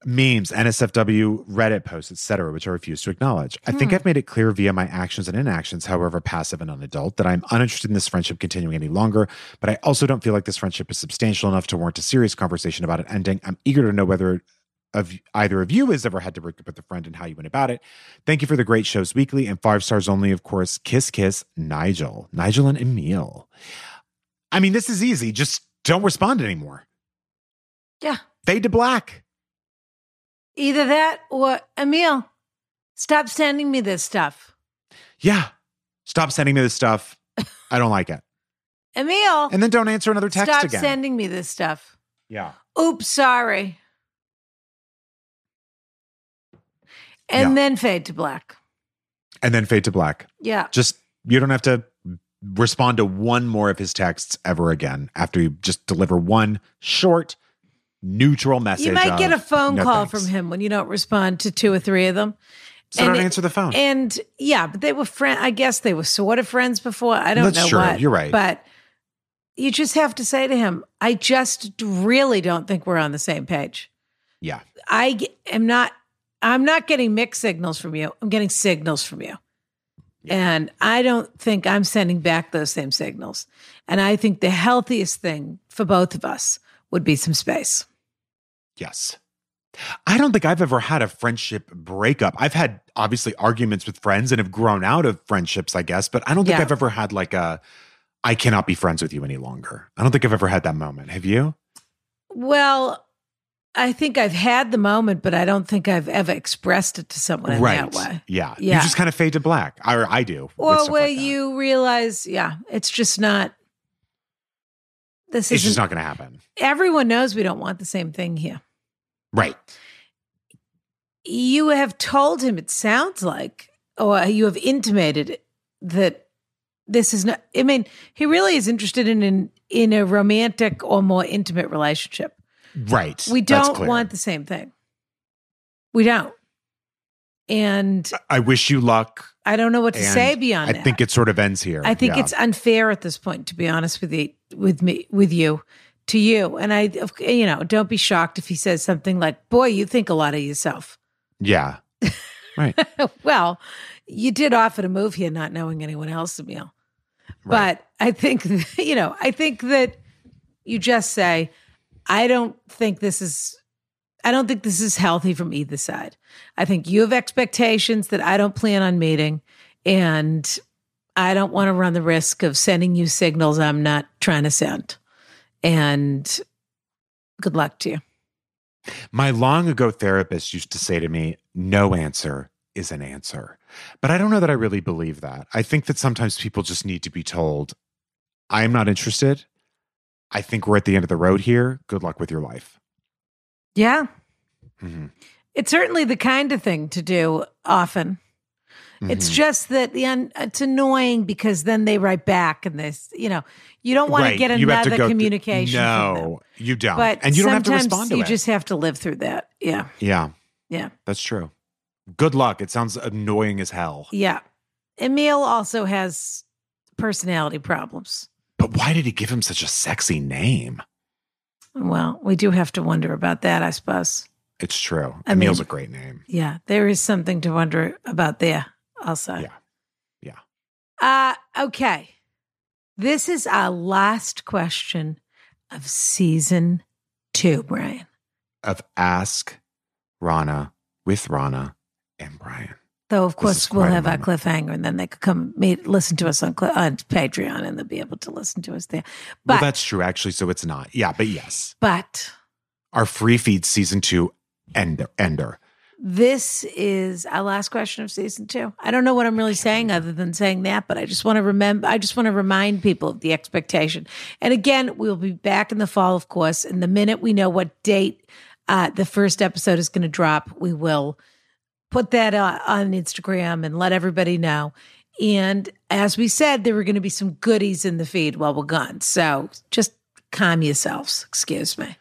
Speaker 1: memes, NSFW, Reddit posts, etc., which I refuse to acknowledge. I think
Speaker 3: Hmm.
Speaker 1: I've made it clear via my actions and inactions, however passive and unadult, that I'm uninterested in this friendship continuing any longer, but I also don't feel like this friendship is substantial enough to warrant a serious conversation about it ending. I'm eager to know whether of either of you has ever had to break up with a friend and how you went about it. Thank you for the great shows weekly and five stars only, of course. Kiss kiss, Nigel. Nigel and Emil. I mean, this is easy. Just don't respond anymore.
Speaker 3: Yeah.
Speaker 1: Fade to black.
Speaker 3: Either that or Emil, stop sending me this stuff.
Speaker 1: Yeah. Stop sending me this stuff. I don't like it.
Speaker 3: Emil,
Speaker 1: And then don't answer another text
Speaker 3: stop
Speaker 1: again.
Speaker 3: sending me this stuff.
Speaker 1: yeah.
Speaker 3: Oops, sorry. And
Speaker 1: Yeah.
Speaker 3: then fade to black.
Speaker 1: And then fade to black.
Speaker 3: Yeah.
Speaker 1: Just you don't have to respond to one more of his texts ever again after you just deliver one short neutral message.
Speaker 3: You might get a
Speaker 1: of,
Speaker 3: phone
Speaker 1: "No
Speaker 3: call
Speaker 1: thanks."
Speaker 3: from him when you don't respond to two or three of them.
Speaker 1: So
Speaker 3: and
Speaker 1: don't
Speaker 3: it-
Speaker 1: answer the phone.
Speaker 3: And yeah, but they were friend. I guess they were sort of friends before. I don't
Speaker 1: That's
Speaker 3: know
Speaker 1: true.
Speaker 3: what.
Speaker 1: You're right.
Speaker 3: But you just have to say to him, I just really don't think we're on the same page.
Speaker 1: yeah.
Speaker 3: I g- am not. I'm not getting mixed signals from you. I'm getting signals from you. And I don't think I'm sending back those same signals. And I think the healthiest thing for both of us would be some space.
Speaker 1: Yes. I don't think I've ever had a friendship breakup. I've had obviously arguments with friends and have grown out of friendships, I guess, but I don't think
Speaker 3: Yeah.
Speaker 1: I've ever had like a I cannot be friends with you any longer. I don't think I've ever had that moment. Have you?
Speaker 3: Well, I think I've had the moment, but I don't think I've ever expressed it to someone in that way.
Speaker 1: Yeah.
Speaker 3: Yeah.
Speaker 1: You just kind of fade to black. Or I do. with
Speaker 3: Or
Speaker 1: stuff
Speaker 3: where
Speaker 1: like that.
Speaker 3: you realize, yeah, it's just not. This
Speaker 1: it's
Speaker 3: is
Speaker 1: just not going to happen.
Speaker 3: everyone knows we don't want the same thing here.
Speaker 1: Right.
Speaker 3: You have told him, it sounds like, or you have intimated that this is not. I mean, he really is interested in in, in a romantic or more intimate relationship.
Speaker 1: Right.
Speaker 3: We
Speaker 1: That's
Speaker 3: don't
Speaker 1: clear.
Speaker 3: want the same thing. We don't. And
Speaker 1: I wish you luck.
Speaker 3: I don't know what to
Speaker 1: Uh, And
Speaker 3: say beyond
Speaker 1: I
Speaker 3: that.
Speaker 1: think it sort of ends here.
Speaker 3: I think
Speaker 1: Yeah.
Speaker 3: it's unfair at this point, to be honest with you, with me, with you, to you. And I, of- you know, don't be shocked if he says something like, "Boy, you think a lot of yourself."
Speaker 1: Yeah. Right.
Speaker 3: well, you did offer to move here, not knowing anyone else, Emil.
Speaker 1: Right.
Speaker 3: But I think, you know, I think that you just say, I don't think this is, I don't think this is healthy from either side. I think you have expectations that I don't plan on meeting. And I don't want to run the risk of sending you signals I'm not trying to send. And good luck to you.
Speaker 1: My long ago therapist used to say to me, no answer is an answer. But I don't know that I really believe that. I think that sometimes people just need to be told, I'm not interested. I think we're at the end of the road here. Good luck with your life.
Speaker 3: Yeah.
Speaker 1: Mhm.
Speaker 3: It's certainly the kind of thing to do often. It's
Speaker 1: Mhm.
Speaker 3: just that the un, it's annoying because then they write back and this, you know, you don't want to
Speaker 1: Right.
Speaker 3: get
Speaker 1: You have to
Speaker 3: another
Speaker 1: go through-
Speaker 3: communication. from them.
Speaker 1: No, you don't.
Speaker 3: but
Speaker 1: and you don't have to
Speaker 3: sometimes
Speaker 1: respond to
Speaker 3: you
Speaker 1: it.
Speaker 3: just have to live through that. Yeah,
Speaker 1: yeah,
Speaker 3: yeah,
Speaker 1: that's true. Good luck. It sounds annoying as hell.
Speaker 3: yeah. Emil also has personality problems.
Speaker 1: But why did he give him such a sexy name?
Speaker 3: Well, we do have to wonder about that, I suppose.
Speaker 1: It's true.
Speaker 3: I
Speaker 1: Emil's
Speaker 3: mean-
Speaker 1: a great name.
Speaker 3: Yeah, there is something to wonder about there. Also,
Speaker 1: Yeah. Yeah.
Speaker 3: Uh, okay, this is our last question of season two, Brian.
Speaker 1: Of Ask Rana with Rana and Brian.
Speaker 3: Though of course
Speaker 1: is
Speaker 3: we'll
Speaker 1: quite a
Speaker 3: have our
Speaker 1: moment.
Speaker 3: cliffhanger, and then they could come meet, listen to us on, Cl- on Patreon, and they'll be able to listen to us there.
Speaker 1: well,
Speaker 3: But
Speaker 1: that's true, actually. So it's not. Yeah, but yes.
Speaker 3: but
Speaker 1: Our free feed season two ender ender.
Speaker 3: this is our last question of season two. I don't know what I'm really saying other than saying that, but I just want to remember. I just want to remind people of the expectation. And again, we'll be back in the fall, of course. And the minute we know what date uh, the first episode is going to drop, we will put that uh, on Instagram and let everybody know. And as we said, there were going to be some goodies in the feed while we're gone. So just calm yourselves. Excuse me.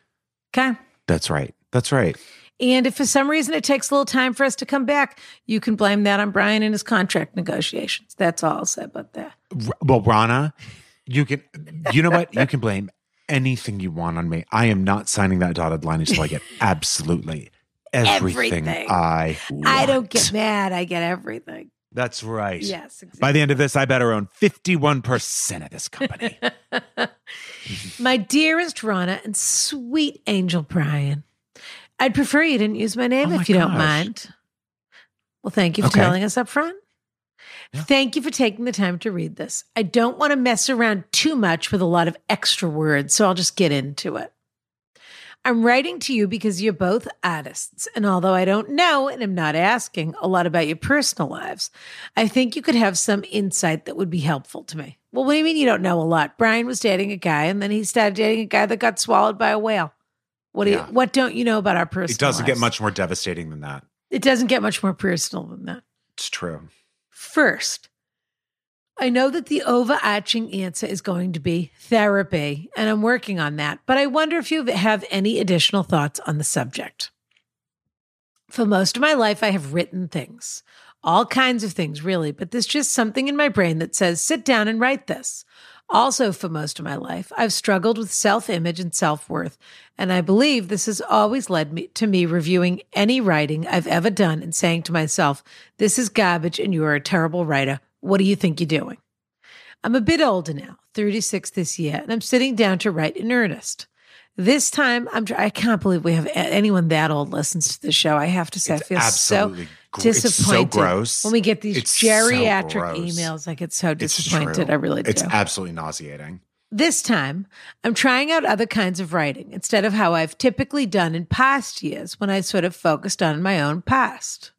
Speaker 3: Okay.
Speaker 1: That's right. That's right.
Speaker 3: And if for some reason it takes a little time for us to come back, you can blame that on Brian and his contract negotiations. That's all I'll say about that.
Speaker 1: R- well, Rana, you can you know what? You can blame anything you want on me. I am not signing that dotted line until I get absolutely everything,
Speaker 3: Everything.
Speaker 1: I
Speaker 3: I
Speaker 1: want.
Speaker 3: don't get mad. I get everything.
Speaker 1: That's right.
Speaker 3: Yes.
Speaker 1: By the end of this, I better own 51% of this company.
Speaker 3: My dearest Rana and sweet angel Brian, I'd prefer you didn't use my name
Speaker 1: Oh my
Speaker 3: if you don't
Speaker 1: gosh.
Speaker 3: mind. Well, thank you for
Speaker 1: Okay.
Speaker 3: telling us up front. Thank you for taking the time to read this. I don't want to mess around too much with a lot of extra words, so I'll just get into it. I'm writing to you because you're both artists, and although I don't know and am not asking a lot about your personal lives, I think you could have some insight that would be helpful to me. Well, what do you mean you don't know a lot? Brian was dating a guy, and then he started dating a guy that got swallowed by a whale. What do
Speaker 1: Yeah.
Speaker 3: you, what don't you know about our personal?
Speaker 1: it doesn't get
Speaker 3: lives?
Speaker 1: much more devastating than that.
Speaker 3: It doesn't get much more personal than that.
Speaker 1: It's true.
Speaker 3: First, I know that the overarching answer is going to be therapy, and I'm working on that, but I wonder if you have any additional thoughts on the subject. For most of my life, I have written things, all kinds of things, really, but there's just something in my brain that says, sit down and write this. Also, for most of my life, I've struggled with self image and self worth, and I believe this has always led me to me reviewing any writing I've ever done and saying to myself, this is garbage and you are a terrible writer. What do you think you're doing? I'm a bit older now, 36 this year, and I'm sitting down to write in earnest. This time, I'm. tr- I can't believe we have a- anyone that old listens to the show. I have to say, I feel so
Speaker 1: Absolutely. gr-
Speaker 3: disappointed.
Speaker 1: It's so gross.
Speaker 3: when we get these
Speaker 1: It's so
Speaker 3: geriatric
Speaker 1: gross.
Speaker 3: emails. I get so
Speaker 1: It's
Speaker 3: disappointed.
Speaker 1: true.
Speaker 3: I really do.
Speaker 1: It's absolutely nauseating.
Speaker 3: This time, I'm trying out other kinds of writing instead of how I've typically done in past years when I sort of focused on my own past.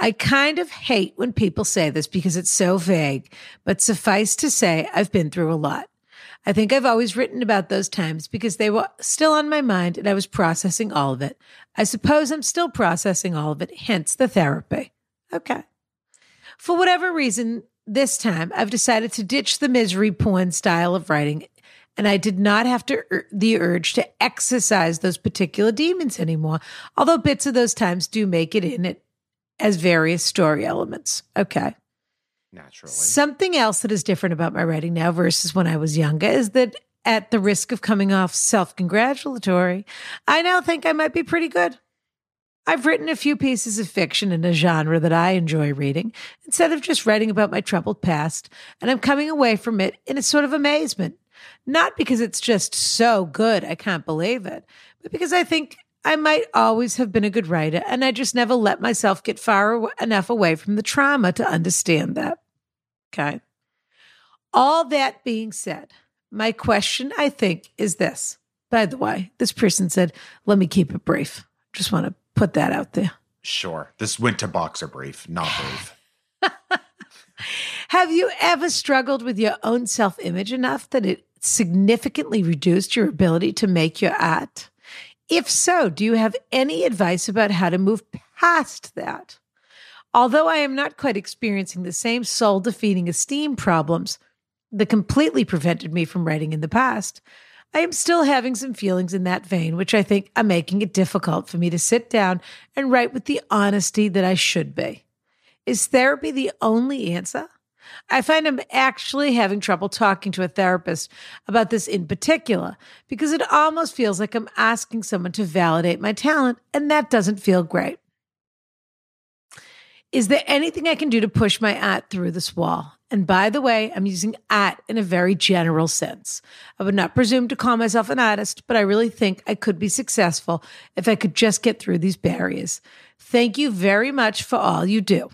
Speaker 3: I kind of hate when people say this because it's so vague, but suffice to say, I've been through a lot. I think I've always written about those times because they were still on my mind and I was processing all of it. I suppose I'm still processing all of it, hence the therapy. Okay. For whatever reason, this time I've decided to ditch the misery porn style of writing, and I did not have to ur- the urge to exercise those particular demons anymore. Although bits of those times do make it in it as various story elements. Okay.
Speaker 1: Naturally.
Speaker 3: Something else that is different about my writing now versus when I was younger is that at the risk of coming off self congratulatory, I now think I might be pretty good. I've written a few pieces of fiction in a genre that I enjoy reading instead of just writing about my troubled past, and I'm coming away from it in a sort of amazement. Not because it's just so good, I can't believe it, but because I think I might always have been a good writer, and I just never let myself get far aw- enough away from the trauma to understand that. Okay. All that being said, my question, I think, is this. By the way, this person said, let me keep it brief. Just want to put that out there.
Speaker 1: sure. This went to boxer brief, not brief.
Speaker 3: Have you ever struggled with your own self image enough that it significantly reduced your ability to make your art? If so, do you have any advice about how to move past that? Although I am not quite experiencing the same soul defeating esteem problems that completely prevented me from writing in the past, I am still having some feelings in that vein, which I think are making it difficult for me to sit down and write with the honesty that I should be. Is therapy the only answer? I find I'm actually having trouble talking to a therapist about this in particular because it almost feels like I'm asking someone to validate my talent, and that doesn't feel great. Is there anything I can do to push my art through this wall? And by the way, I'm using art in a very general sense. I would not presume to call myself an artist, but I really think I could be successful if I could just get through these barriers. Thank you very much for all you do.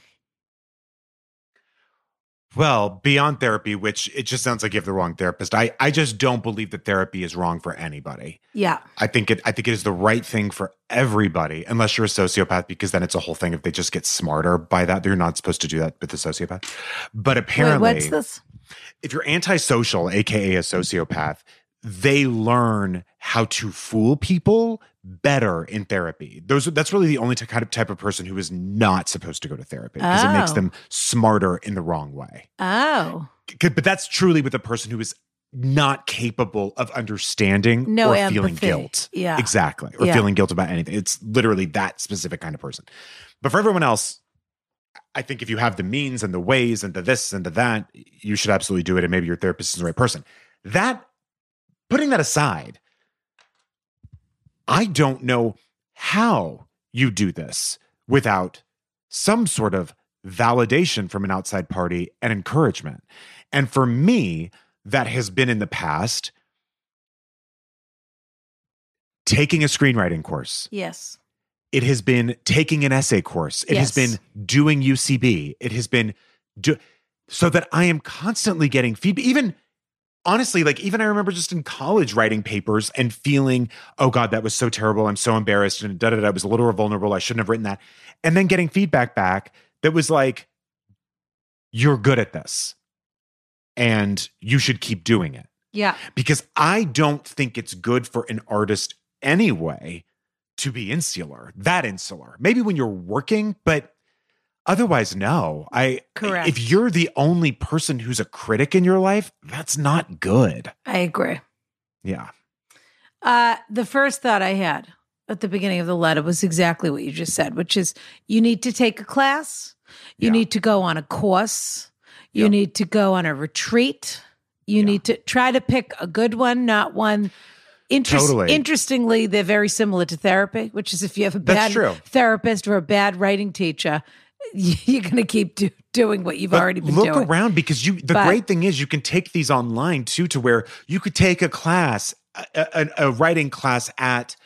Speaker 1: Well, beyond therapy, which it just sounds like you have the wrong therapist. I, I just don't believe that therapy is wrong for anybody.
Speaker 3: Yeah.
Speaker 1: I think it I think it is the right thing for everybody, unless you're a sociopath, because then it's a whole thing if they just get smarter by that. You're not supposed to do that with a sociopath. But
Speaker 3: Wait,
Speaker 1: apparently
Speaker 3: what's this?
Speaker 1: if you're antisocial, aka a sociopath, they learn how to fool people better in therapy. Those that's really the only t- kind of type of person who is not supposed to go to therapy because it makes
Speaker 3: Oh.
Speaker 1: them smarter in the wrong way.
Speaker 3: Oh,
Speaker 1: C- But that's truly with a person who is not capable of understanding
Speaker 3: no
Speaker 1: or
Speaker 3: empathy.
Speaker 1: feeling guilt.
Speaker 3: Yeah.
Speaker 1: Exactly. Or
Speaker 3: Yeah.
Speaker 1: feeling guilt about anything. It's literally that specific kind of person. But for everyone else, I think if you have the means and the ways and the this and the that, you should absolutely do it. And maybe your therapist is the right person. That, putting that aside, I don't know how you do this without some sort of validation from an outside party and encouragement. And for me, that has been in the past taking a screenwriting course.
Speaker 3: Yes.
Speaker 1: It has been taking an essay course. It has
Speaker 3: Yes.
Speaker 1: been doing UCB. It has been do so that I am constantly getting feedback. Even honestly, like even I remember just in college writing papers and feeling, oh God, that was so terrible. I'm so embarrassed. And da da da, I was a little vulnerable. I shouldn't have written that. And then getting feedback back that was like, you're good at this and you should keep doing it
Speaker 3: Yeah.
Speaker 1: because I don't think it's good for an artist anyway to be insular, that insular. Maybe when you're working, but otherwise, no. I
Speaker 3: Correct.
Speaker 1: If you're the only person who's a critic in your life, that's not good.
Speaker 3: I agree.
Speaker 1: Yeah.
Speaker 3: Uh, the first thought I had at the beginning of the letter was exactly what you just said, which is you need to take a class, you
Speaker 1: Yeah.
Speaker 3: need to go on a course, you
Speaker 1: Yeah.
Speaker 3: need to go on a retreat, you
Speaker 1: Yeah.
Speaker 3: need to try to pick a good one, not one. Interest,
Speaker 1: Totally.
Speaker 3: Interestingly, they're very similar to therapy, which is if you have a
Speaker 1: That's
Speaker 3: bad
Speaker 1: true.
Speaker 3: therapist or a bad writing teacher, you're going to keep do, doing what you've
Speaker 1: But
Speaker 3: already been
Speaker 1: look
Speaker 3: doing.
Speaker 1: around because you the
Speaker 3: But-
Speaker 1: great thing is you can take these online too to where you could take a class a, a, a writing class at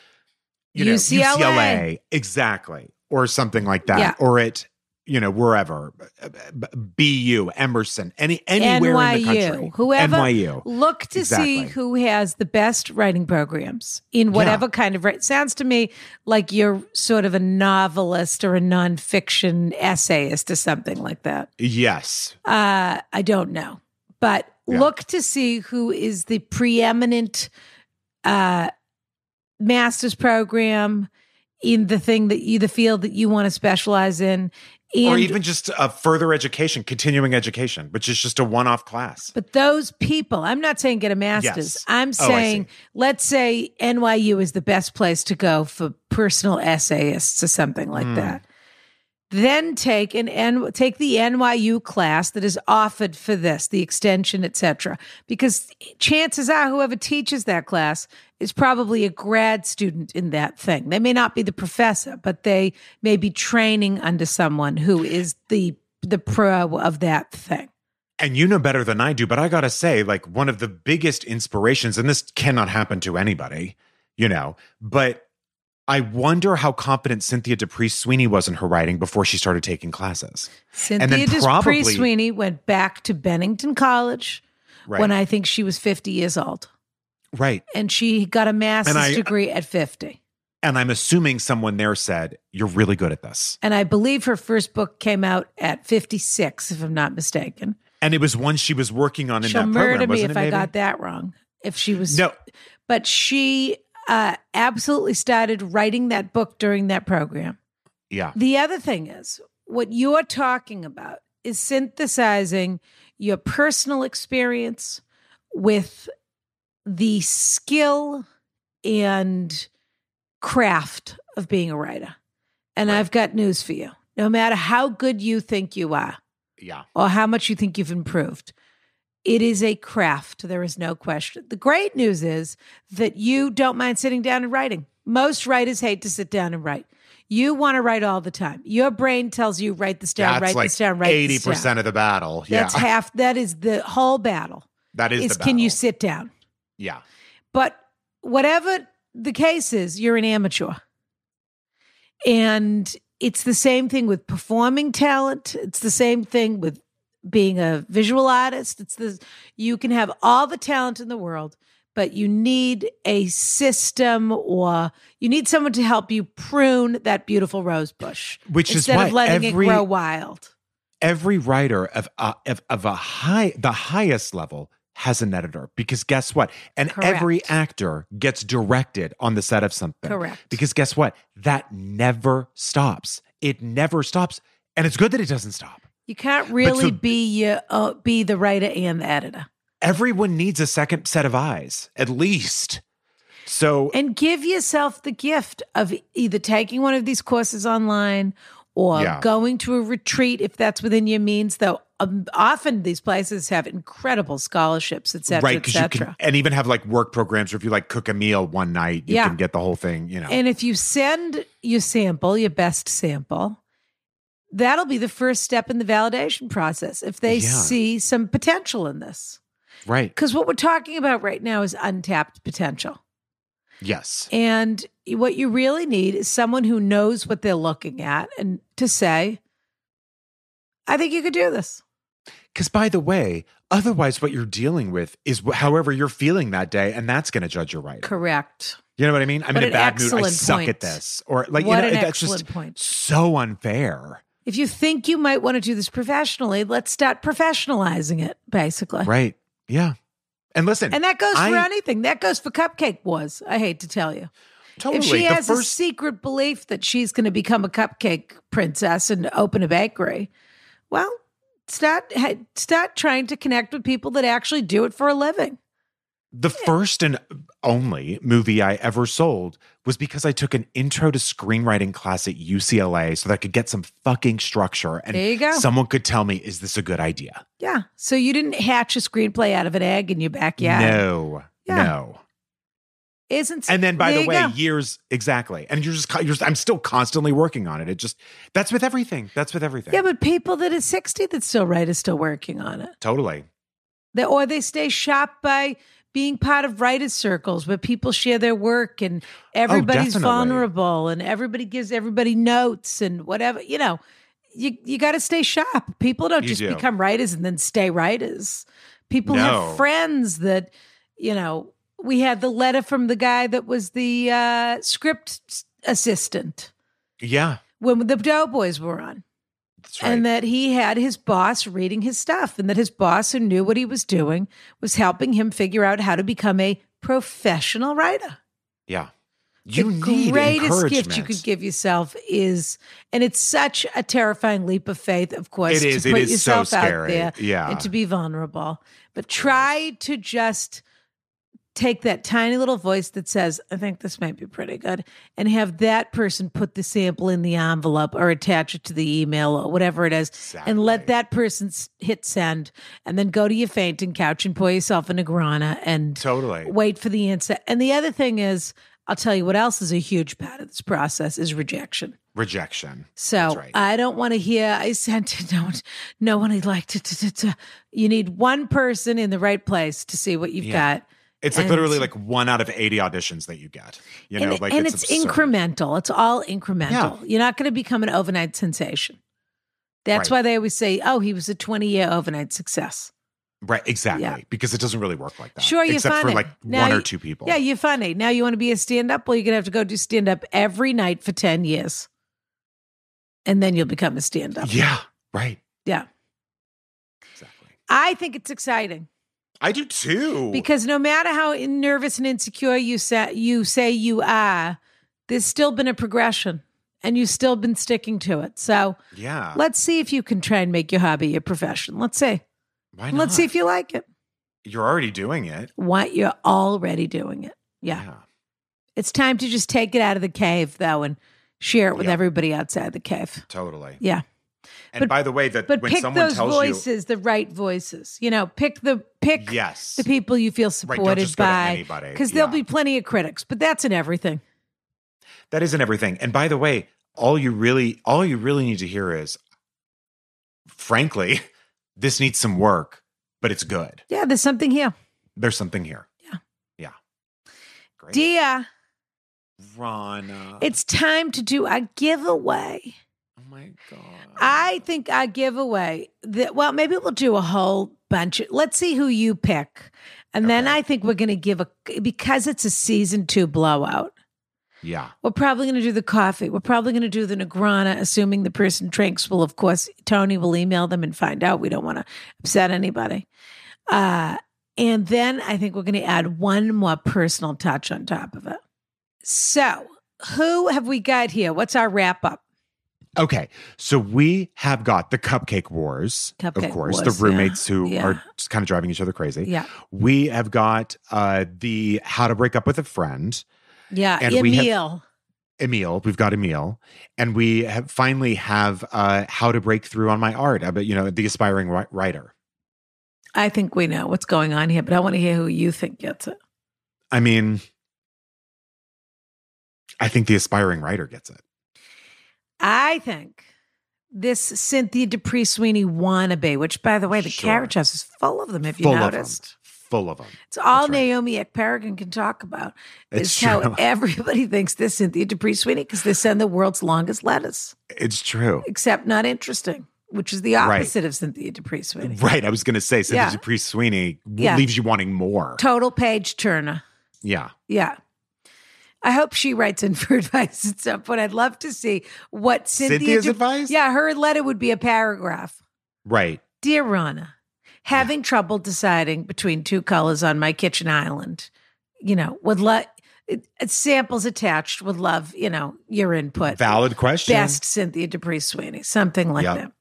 Speaker 1: you know
Speaker 3: UCLA.
Speaker 1: UCLA exactly or something like that
Speaker 3: Yeah.
Speaker 1: or at you know wherever uh, BU Emerson any anywhere in the
Speaker 3: NYU,
Speaker 1: country
Speaker 3: whoever-
Speaker 1: NYU
Speaker 3: Look to see
Speaker 1: Exactly.
Speaker 3: who has the best writing programs in whatever kind of write. Sounds to me like you're sort of a novelist or a nonfiction essayist or something like that.
Speaker 1: yes
Speaker 3: Uh, I don't know, but
Speaker 1: Yeah.
Speaker 3: look to see who is the preeminent uh, master's program in the thing that you, the field that you want to specialize in. And
Speaker 1: or even just a further education continuing education which is just a one off class
Speaker 3: But those people, I'm not saying get a master's.
Speaker 1: Yes.
Speaker 3: I'm
Speaker 1: Oh, I
Speaker 3: saying,
Speaker 1: see.
Speaker 3: let's say NYU is the best place to go for personal essayists or something like
Speaker 1: Hmm.
Speaker 3: that. Then take an N, take the NYU class that is offered for this, the extension, etc. Because chances are, whoever teaches that class is probably a grad student in that thing. They may not be the professor, but they may be training under someone who is the the pro of that thing.
Speaker 1: And you know better than I do, but I gotta say, like, one of the biggest inspirations, and this cannot happen to anybody, you know, but I wonder how competent Cynthia Dupree Sweeney was in her writing before she started taking classes.
Speaker 3: Cynthia
Speaker 1: then
Speaker 3: Dupree
Speaker 1: probably-
Speaker 3: Sweeney went back to Bennington College
Speaker 1: Right.
Speaker 3: when I think she was 50 years old.
Speaker 1: right.
Speaker 3: And she got a master's
Speaker 1: I- uh,
Speaker 3: degree at 50.
Speaker 1: And I'm assuming someone there said, You're really good at this.
Speaker 3: And I believe her first book came out at 56, if I'm not mistaken.
Speaker 1: And it was one she was working on in
Speaker 3: She'll
Speaker 1: that
Speaker 3: murder
Speaker 1: program.
Speaker 3: me
Speaker 1: wasn't
Speaker 3: if
Speaker 1: it,
Speaker 3: I
Speaker 1: maybe?
Speaker 3: got that wrong. If she was,
Speaker 1: No,
Speaker 3: but she uh, absolutely started writing that book during that program.
Speaker 1: yeah.
Speaker 3: The other thing is what you're talking about is synthesizing your personal experience with the skill and craft of being a writer. And I've got news for you. No matter how good you think you are
Speaker 1: Yeah.
Speaker 3: or how much you think you've improved, it is a craft. There is no question. The great news is that you don't mind sitting down and writing. Most writers hate to sit down and write. You want to write all the time. Your brain tells you, write this down,
Speaker 1: That's
Speaker 3: write
Speaker 1: like
Speaker 3: this down, write this down.
Speaker 1: 80% of the battle. Yeah.
Speaker 3: That's half. That is the whole battle.
Speaker 1: that is,
Speaker 3: Is,
Speaker 1: the battle.
Speaker 3: can you sit down?
Speaker 1: Yeah.
Speaker 3: But whatever the case is, you're an amateur. And it's the same thing with performing talent. It's the same thing with being a visual artist. It's the you can have all the talent in the world, but you need a system or you need someone to help you prune that beautiful rose bush
Speaker 1: Which is
Speaker 3: instead
Speaker 1: why
Speaker 3: of letting
Speaker 1: every
Speaker 3: it grow wild.
Speaker 1: every writer of uh, of of a high the highest level has an editor because guess what? And every
Speaker 3: Correct.
Speaker 1: actor gets directed on the set of something.
Speaker 3: Correct.
Speaker 1: Because guess what? That never stops. It never stops, and it's good that it doesn't stop.
Speaker 3: you can't really
Speaker 1: so-
Speaker 3: be your, uh, be the writer and the editor.
Speaker 1: Everyone needs a second set of eyes, at least. So
Speaker 3: And give yourself the gift of either taking one of these courses online or
Speaker 1: Yeah.
Speaker 3: going to a retreat if that's within your means. Though um, often these places have incredible scholarships, et cetera,
Speaker 1: right,
Speaker 3: et
Speaker 1: because you can,
Speaker 3: cetera.
Speaker 1: and even have like work programs where if you like cook a meal one night, you
Speaker 3: Yeah.
Speaker 1: can get the whole thing. You know,
Speaker 3: And if you send your sample, your best sample, that'll be the first step in the validation process if they
Speaker 1: Yeah.
Speaker 3: see some potential in this.
Speaker 1: right?
Speaker 3: Because what we're talking about right now is untapped potential.
Speaker 1: Yes,
Speaker 3: And what you really need is someone who knows what they're looking at and to say, I think you could do this.
Speaker 1: Because by the way, otherwise, what you're dealing with is wh- however you're feeling that day, and that's going to judge your writing.
Speaker 3: Correct.
Speaker 1: You know what I mean? I'm
Speaker 3: What
Speaker 1: in
Speaker 3: an
Speaker 1: a bad mood. I
Speaker 3: excellent
Speaker 1: suck
Speaker 3: point.
Speaker 1: at this, or like
Speaker 3: what
Speaker 1: you know,
Speaker 3: an
Speaker 1: that's
Speaker 3: excellent
Speaker 1: just
Speaker 3: point.
Speaker 1: so unfair,
Speaker 3: If you think you might want to do this professionally, let's start professionalizing it, basically.
Speaker 1: right? Yeah. And listen,
Speaker 3: And that goes for
Speaker 1: I-
Speaker 3: anything. That goes for cupcake wars, I hate to tell you.
Speaker 1: totally.
Speaker 3: if she
Speaker 1: the
Speaker 3: has a
Speaker 1: first,
Speaker 3: secret belief that she's going to become a cupcake princess and open a bakery, well, start ha- start trying to connect with people that actually do it for a living.
Speaker 1: the first and only movie I ever sold was because I took an intro to screenwriting class at UCLA, so that I could get some fucking structure, and
Speaker 3: there you go.
Speaker 1: someone could tell me, "Is this a good idea?"
Speaker 3: yeah. So you didn't hatch a screenplay out of an egg in your backyard.
Speaker 1: No.
Speaker 3: Yeah.
Speaker 1: No.
Speaker 3: Isn't
Speaker 1: And then, by
Speaker 3: there
Speaker 1: the
Speaker 3: you
Speaker 1: way,
Speaker 3: go.
Speaker 1: years exactly, and you're just, co- you're just I'm still constantly working on it. It just that's with everything. That's with everything.
Speaker 3: yeah, but people that are sixty that still write are still working on it.
Speaker 1: totally.
Speaker 3: They, or they stay shopped by being part of writers' circles where people share their work and everybody's
Speaker 1: Oh, definitely.
Speaker 3: vulnerable and everybody gives everybody notes and whatever. You know, you you got to stay sharp. People don't
Speaker 1: You
Speaker 3: just
Speaker 1: do.
Speaker 3: become writers and then stay writers. People
Speaker 1: No.
Speaker 3: have friends that you know. We had the letter from the guy that was the uh, script s- assistant
Speaker 1: Yeah,
Speaker 3: when the Doughboys were on
Speaker 1: that's right.
Speaker 3: and that he had his boss reading his stuff and that his boss who knew what he was doing was helping him figure out how to become a professional writer
Speaker 1: yeah, you
Speaker 3: the
Speaker 1: need
Speaker 3: greatest
Speaker 1: encouragement.
Speaker 3: gift you could give yourself is and it's such a terrifying leap of faith of course
Speaker 1: It is.
Speaker 3: to
Speaker 1: It
Speaker 3: put
Speaker 1: is so
Speaker 3: yourself
Speaker 1: scary.
Speaker 3: out there
Speaker 1: yeah,
Speaker 3: and to be vulnerable but try to just take that tiny little voice that says i think this might be pretty good and have that person put the sample in the envelope or attach it to the email or whatever it is and let
Speaker 1: Exactly.
Speaker 3: that person s- hit send and then go to your fainting couch and pour yourself a Negrana and
Speaker 1: totally.
Speaker 3: wait for the answer. And the other thing is, I'll tell you what else is a huge part of this process is rejection.
Speaker 1: Rejection. That's
Speaker 3: So
Speaker 1: right.
Speaker 3: I don't want to hear I sent it. No, one- no one liked it. duh, duh, duh." You need one person in the right place to see what you've
Speaker 1: Yeah.
Speaker 3: got.
Speaker 1: It's like
Speaker 3: and-
Speaker 1: literally like one out of eighty auditions that you get. You know,
Speaker 3: and
Speaker 1: like
Speaker 3: and
Speaker 1: it's,
Speaker 3: it's,
Speaker 1: absurd.
Speaker 3: incremental. It's all incremental. You're not going to become an overnight sensation. That's
Speaker 1: Right.
Speaker 3: why they always say, "Oh, he was a 20 year overnight success."
Speaker 1: right? Exactly,
Speaker 3: Yeah.
Speaker 1: because it doesn't really work like that.
Speaker 3: Sure, you're
Speaker 1: except for
Speaker 3: funny.
Speaker 1: like
Speaker 3: Now
Speaker 1: one or
Speaker 3: you-
Speaker 1: two people.
Speaker 3: Yeah, you're funny. Now you want to be a stand up? Well, you're going to have to go do stand up every night for 10 years. And then you'll become a stand up.
Speaker 1: yeah, right.
Speaker 3: Yeah.
Speaker 1: Exactly.
Speaker 3: I think it's exciting
Speaker 1: I do too.
Speaker 3: because no matter how in- nervous and insecure you say, you say you are, there's still been a progression and you've still been sticking to it. So
Speaker 1: yeah,
Speaker 3: let's see if you can try and make your hobby your profession. Let's see.
Speaker 1: why not?
Speaker 3: Let's see if you like it.
Speaker 1: you're already doing it.
Speaker 3: What you're already doing it. Yeah. It's time to just take it out of the cave, though, and share it with
Speaker 1: Yeah.
Speaker 3: everybody outside the cave.
Speaker 1: totally.
Speaker 3: Yeah.
Speaker 1: And
Speaker 3: But-
Speaker 1: by the way, that
Speaker 3: But
Speaker 1: when
Speaker 3: pick
Speaker 1: someone
Speaker 3: those
Speaker 1: tells
Speaker 3: voices, the right voices. You know, pick the
Speaker 1: you,
Speaker 3: pick
Speaker 1: yes,
Speaker 3: the people you feel
Speaker 1: right, don't
Speaker 3: supported
Speaker 1: just go to
Speaker 3: by,
Speaker 1: anybody
Speaker 3: because
Speaker 1: Yeah.
Speaker 3: there'll be plenty of critics. But that's in everything.
Speaker 1: that isn't everything. And by the way, all you really, all you really need to hear is, frankly, this needs some work, but it's good.
Speaker 3: Yeah, there's something here.
Speaker 1: There's something here.
Speaker 3: Yeah.
Speaker 1: yeah. Great. Uh-huh.
Speaker 3: Dia,
Speaker 1: Rana.
Speaker 3: it's time to do a giveaway.
Speaker 1: oh my god.
Speaker 3: I think I give away that. Well, maybe we'll do a whole bunch. Of, let's see who you pick, and then
Speaker 1: Okay.
Speaker 3: I think we're going to give a because it's a season two blowout.
Speaker 1: yeah.
Speaker 3: We're probably going to do the coffee. We're probably going to do the Negrana, assuming the person drinks. Well, of course, Tony will email them and find out. We don't want to upset anybody. Uh, and then I think we're going to add one more personal touch on top of it. So, who have we got here? What's our wrap up?
Speaker 1: Okay. So we have got the Cupcake Wars,
Speaker 3: Cupcake
Speaker 1: of course,
Speaker 3: Wars,
Speaker 1: the
Speaker 3: yeah.
Speaker 1: roommates who
Speaker 3: Yeah.
Speaker 1: are just kind of driving each other crazy.
Speaker 3: Yeah.
Speaker 1: We have got uh, the How to Break Up with a Friend.
Speaker 3: Yeah.
Speaker 1: And we have-
Speaker 3: Emil.
Speaker 1: Emil, we've got Emil, and we have finally have uh, how to break through on my art. About you know the aspiring wri- writer.
Speaker 3: I think we know what's going on here, but I want to hear who you think gets it.
Speaker 1: I mean, I think the aspiring writer gets it.
Speaker 3: I think this Cynthia Dupree Sweeney wannabe, which by the way, the
Speaker 1: Sure.
Speaker 3: carriage house is full of them. Have you
Speaker 1: Full of them.
Speaker 3: noticed?
Speaker 1: Full of them.
Speaker 3: It's all
Speaker 1: That's right.
Speaker 3: Naomi Ekparagon can talk about.
Speaker 1: It's
Speaker 3: It's
Speaker 1: true.
Speaker 3: how everybody thinks this Cynthia Dupree Sweeney because they send the world's longest letters,
Speaker 1: it's true.
Speaker 3: except not interesting, which is the
Speaker 1: Right.
Speaker 3: opposite of Cynthia Dupree Sweeney.
Speaker 1: Right. I was gonna say, Cynthia
Speaker 3: Yeah.
Speaker 1: Dupree Sweeney w-
Speaker 3: Yeah.
Speaker 1: leaves you wanting more.
Speaker 3: Total page turner.
Speaker 1: yeah.
Speaker 3: Yeah. I hope she writes in for advice at some point. I'd love to see what Cynthia
Speaker 1: Cynthia's
Speaker 3: Du-
Speaker 1: advice.
Speaker 3: Yeah, her letter would be a paragraph.
Speaker 1: Right.
Speaker 3: Dear Ronna, having trouble deciding between two colors on my kitchen island. You know, would love samples attached. Would love you know your input.
Speaker 1: Valid question.
Speaker 3: Best Cynthia Dupree Sweeney, something like
Speaker 1: Yep.
Speaker 3: that.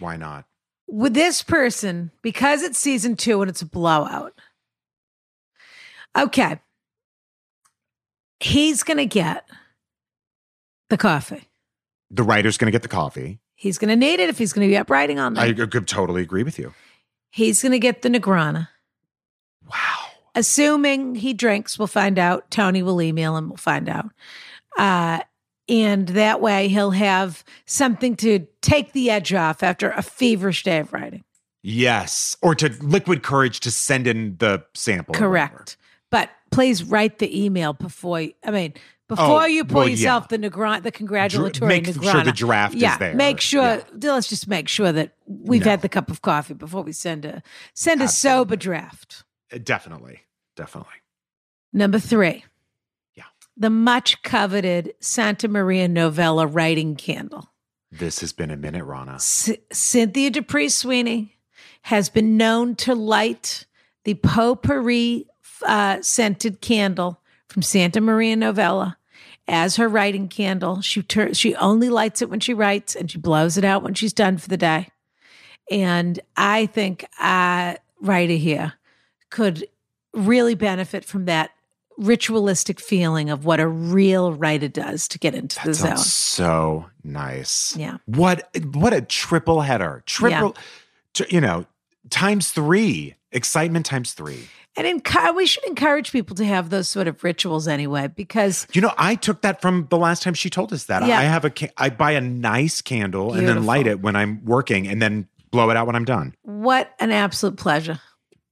Speaker 1: Why not?
Speaker 3: With this person, because it's season two and it's a blowout. Okay, he's gonna get the coffee.
Speaker 1: The writer's gonna get the coffee.
Speaker 3: He's gonna need it if he's gonna be up writing all
Speaker 1: I
Speaker 3: night.
Speaker 1: could totally agree with you.
Speaker 3: he's gonna get the Negrana.
Speaker 1: Wow.
Speaker 3: assuming he drinks, we'll find out. Tony will email him, we'll find out. Uh, and that way he'll have something to take the edge off after a feverish day of writing.
Speaker 1: Yes. Or to liquid courage to send in the sample. or whatever.
Speaker 3: Correct. But please write the email before, you- I mean, before
Speaker 1: Oh,
Speaker 3: you pour
Speaker 1: well, yeah.
Speaker 3: yourself the Negron, the
Speaker 1: Dr-
Speaker 3: congratulatory
Speaker 1: make sure the
Speaker 3: Negrana.
Speaker 1: draft
Speaker 3: yeah,
Speaker 1: is there.
Speaker 3: make sure.
Speaker 1: Yeah.
Speaker 3: Let's just make sure that we've
Speaker 1: No.
Speaker 3: had the cup of coffee before we send a send a
Speaker 1: Absolutely.
Speaker 3: sober draft.
Speaker 1: Uh, Definitely. Definitely.
Speaker 3: Number three.
Speaker 1: Yeah.
Speaker 3: The much coveted Santa Maria Novella writing candle.
Speaker 1: This has been a minute, Rana.
Speaker 3: C- Cynthia Dupree Sweeney has been known to light the potpourri uh, scented candle from Santa Maria Novella as her writing candle. She tur- she only lights it when she writes, and she blows it out when she's done for the day. And I think a writer here could really benefit from that ritualistic feeling of what a real writer does to get into the
Speaker 1: That
Speaker 3: zone.
Speaker 1: sounds so nice.
Speaker 3: yeah.
Speaker 1: What what a triple header. Triple t- you know, times 3. Excitement times 3.
Speaker 3: And enc- we should encourage people to have those sort of rituals anyway, because
Speaker 1: You know, I took that from the last time she told us that.
Speaker 3: Yeah.
Speaker 1: I have a ca- I buy a nice candle and then
Speaker 3: Beautiful.
Speaker 1: light it when I'm working and then blow it out when I'm done.
Speaker 3: what an absolute pleasure.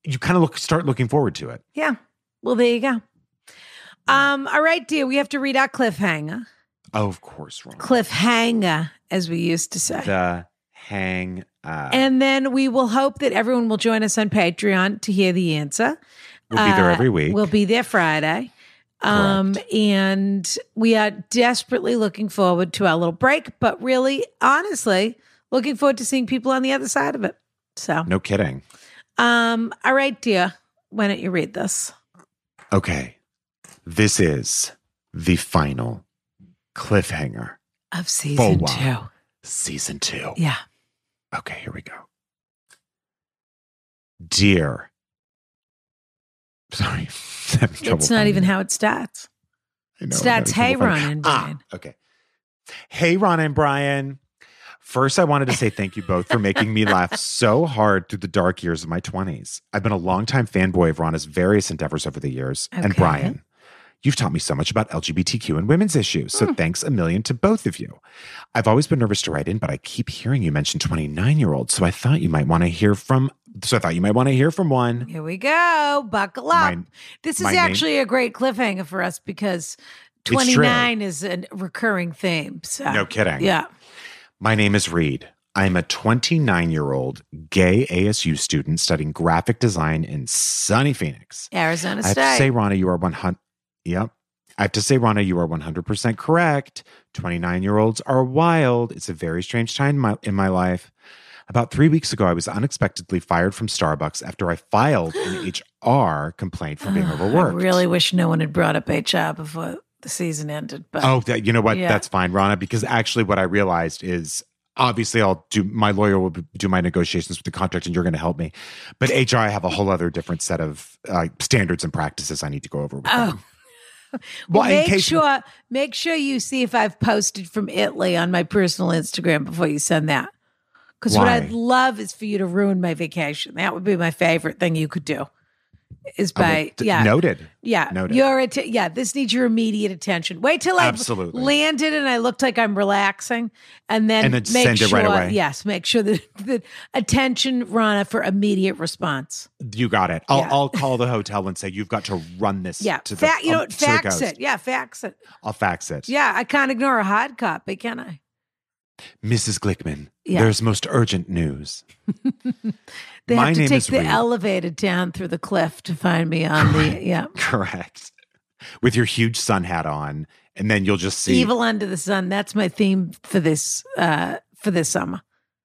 Speaker 1: You kind of look start looking forward to it.
Speaker 3: Yeah. Well, there you go. Um, all right, dear, we have to read our cliffhanger.
Speaker 1: Oh, of course, Rana.
Speaker 3: Cliffhanger, as we used to say.
Speaker 1: the hang uh, up.
Speaker 3: and then we will hope that everyone will join us on Patreon to hear the answer.
Speaker 1: we'll be there
Speaker 3: uh,
Speaker 1: every week.
Speaker 3: We'll be there Friday. Um, and we are desperately looking forward to our little break, but really, honestly, looking forward to seeing people on the other side of it. So,
Speaker 1: no kidding.
Speaker 3: Um, all right, dear. Why don't you read this?
Speaker 1: Okay. This is the final cliffhanger,
Speaker 3: Of season
Speaker 1: Boa.
Speaker 3: two.
Speaker 1: season two.
Speaker 3: Yeah.
Speaker 1: Okay, here we go. Dear. Sorry. I'm having trouble
Speaker 3: It's not
Speaker 1: finding
Speaker 3: even how it starts.
Speaker 1: it. I know,
Speaker 3: It
Speaker 1: I'm
Speaker 3: starts,
Speaker 1: having
Speaker 3: hey,
Speaker 1: trouble
Speaker 3: Ron
Speaker 1: finding
Speaker 3: and
Speaker 1: it.
Speaker 3: Brian.
Speaker 1: Ah, okay. Hey, Ron and Brian. First, I wanted to say thank you both for making me laugh so hard through the dark years of my 20s. I've been a longtime fanboy of Rana's various endeavors over the years. And
Speaker 3: Okay.
Speaker 1: Brian, you've taught me so much about LGBTQ and women's issues. So thanks a million to both of you. I've always been nervous to write in, but I keep hearing you mention 29 year olds. So I thought you might want to hear from, so I thought you might want to hear from one.
Speaker 3: Here we go. Buckle up.
Speaker 1: My-
Speaker 3: this is
Speaker 1: my name-
Speaker 3: actually a great cliffhanger for us because
Speaker 1: It's true.
Speaker 3: 29 is a recurring theme. So,
Speaker 1: No kidding.
Speaker 3: yeah.
Speaker 1: My name is Reed. I'm a 29 year old gay ASU student studying graphic design in sunny Phoenix.
Speaker 3: Arizona
Speaker 1: I have to
Speaker 3: State.
Speaker 1: say, Rana, you are 100. Yep. I have to say, Rana, you are 100% correct. 29 year olds are wild. It's a very strange time in my, in my life. About three weeks ago, I was unexpectedly fired from Starbucks after I filed an HR complaint for being
Speaker 3: Ugh,
Speaker 1: overworked.
Speaker 3: Ah, I really wish no one had brought up HR before the season ended. But
Speaker 1: Oh, that, you know what?
Speaker 3: Yeah.
Speaker 1: That's fine, Rana, because actually what I realized is obviously I'll do my lawyer will do my negotiations with the contract and you're going to help me. But HR, I have a whole other different set of uh, standards and practices I need to go over with
Speaker 3: Oh.
Speaker 1: them.
Speaker 3: Well,
Speaker 1: in
Speaker 3: make
Speaker 1: case-
Speaker 3: sure make sure you see if I've posted from Italy on my personal Instagram before you send that. Because what
Speaker 1: Why?
Speaker 3: I'd love is for you to ruin my vacation. That would be my favorite thing you could do. Is
Speaker 1: I will-
Speaker 3: by
Speaker 1: Oh, d-
Speaker 3: yeah
Speaker 1: Noted.
Speaker 3: yeah
Speaker 1: noted.
Speaker 3: your atten- yeah this needs your immediate attention. Wait till I've
Speaker 1: Absolutely.
Speaker 3: landed and I looked like I'm relaxing, and then
Speaker 1: And then
Speaker 3: make
Speaker 1: send
Speaker 3: sure
Speaker 1: it right away.
Speaker 3: yes make sure that the attention Rana for immediate response.
Speaker 1: You got it. I'll,
Speaker 3: Yeah.
Speaker 1: I'll call the hotel and say, you've got to run this
Speaker 3: Yeah,
Speaker 1: to the,
Speaker 3: Fa- you
Speaker 1: um,
Speaker 3: know
Speaker 1: to the
Speaker 3: fax
Speaker 1: ghost."
Speaker 3: it yeah fax it
Speaker 1: I'll fax it.
Speaker 3: yeah I can't ignore a hard copy can I.
Speaker 1: Mrs. Glickman,
Speaker 3: Yeah.
Speaker 1: there's most urgent news.
Speaker 3: They
Speaker 1: My
Speaker 3: have to
Speaker 1: name
Speaker 3: take
Speaker 1: is
Speaker 3: the
Speaker 1: Reed.
Speaker 3: elevator down through the cliff to find me on the yeah.
Speaker 1: Correct. With your huge sun hat on. And then you'll just see
Speaker 3: Evil under the sun. That's my theme for this uh for this summer.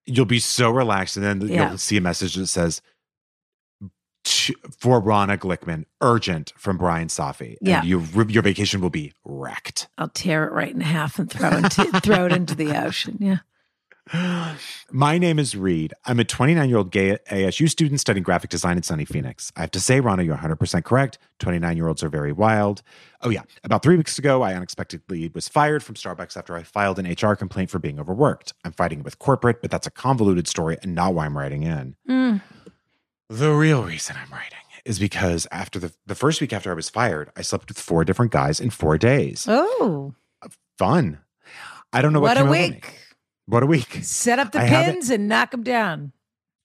Speaker 1: you'll be so relaxed and then
Speaker 3: Yeah.
Speaker 1: you'll see a message that says "To- for Rana Glickman, urgent from Brian Safi. And
Speaker 3: Yeah.
Speaker 1: you, your vacation will be wrecked.
Speaker 3: I'll tear it right in half and throw it throw it into the ocean. Yeah.
Speaker 1: My name is Reed. I'm a 29 year old gay ASU student studying graphic design in sunny Phoenix. I have to say, Rana, you're 100% correct. 29 year olds are very wild. Oh, yeah. About three weeks ago, I unexpectedly was fired from Starbucks after I filed an HR complaint for being overworked. I'm fighting with corporate, but that's a convoluted story and not why I'm writing in.
Speaker 3: Mm.
Speaker 1: The real reason I'm writing is because after the, the first week after I was fired, I slept with four different guys in four days.
Speaker 3: Oh,
Speaker 1: Fun. I don't know what,
Speaker 3: what a
Speaker 1: came over me.
Speaker 3: week!
Speaker 1: What a week.
Speaker 3: Set up the
Speaker 1: I haven't-
Speaker 3: pins and knock them down.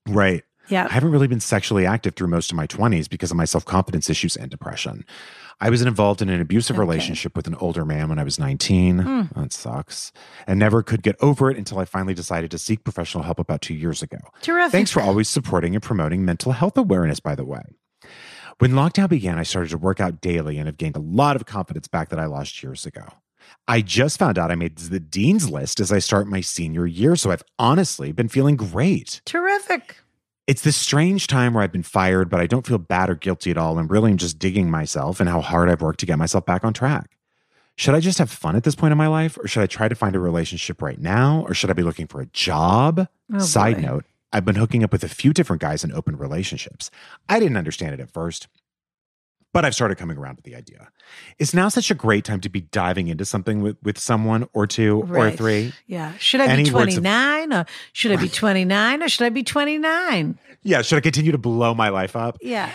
Speaker 1: Right. I
Speaker 3: Yeah.
Speaker 1: haven't really been sexually active through most of my 20s because of my self confidence issues and depression. I was involved in an abusive
Speaker 3: Okay.
Speaker 1: relationship with an older man when I was 19.
Speaker 3: Hmm.
Speaker 1: That sucks. And never could get over it until I finally decided to seek professional help about two years ago.
Speaker 3: Terrific.
Speaker 1: Thanks for always supporting and promoting mental health awareness, by the way. When lockdown began, I started to work out daily and have gained a lot of confidence back that I lost years ago. I just found out I made the dean's list as I start my senior year, so I've honestly been feeling great.
Speaker 3: Terrific.
Speaker 1: It's this strange time where I've been fired, but I don't feel bad or guilty at all. And really, I'm just digging myself and how hard I've worked to get myself back on track. Should I just have fun at this point in my life, or should I try to find a relationship right now, or should I be looking for a job?
Speaker 3: Oh,
Speaker 1: Side
Speaker 3: boy.
Speaker 1: note, I've been hooking up with a few different guys in open relationships. I didn't understand it at first, but I've started coming around to the idea. It's now such a great time to be diving into something with, with someone or two or
Speaker 3: Right.
Speaker 1: three.
Speaker 3: Yeah. Should I
Speaker 1: Any
Speaker 3: be
Speaker 1: words
Speaker 3: twenty
Speaker 1: of-
Speaker 3: nine or should I be twenty nine or should I be twenty nine?
Speaker 1: Yeah, should I continue to blow my life up?
Speaker 3: Yeah.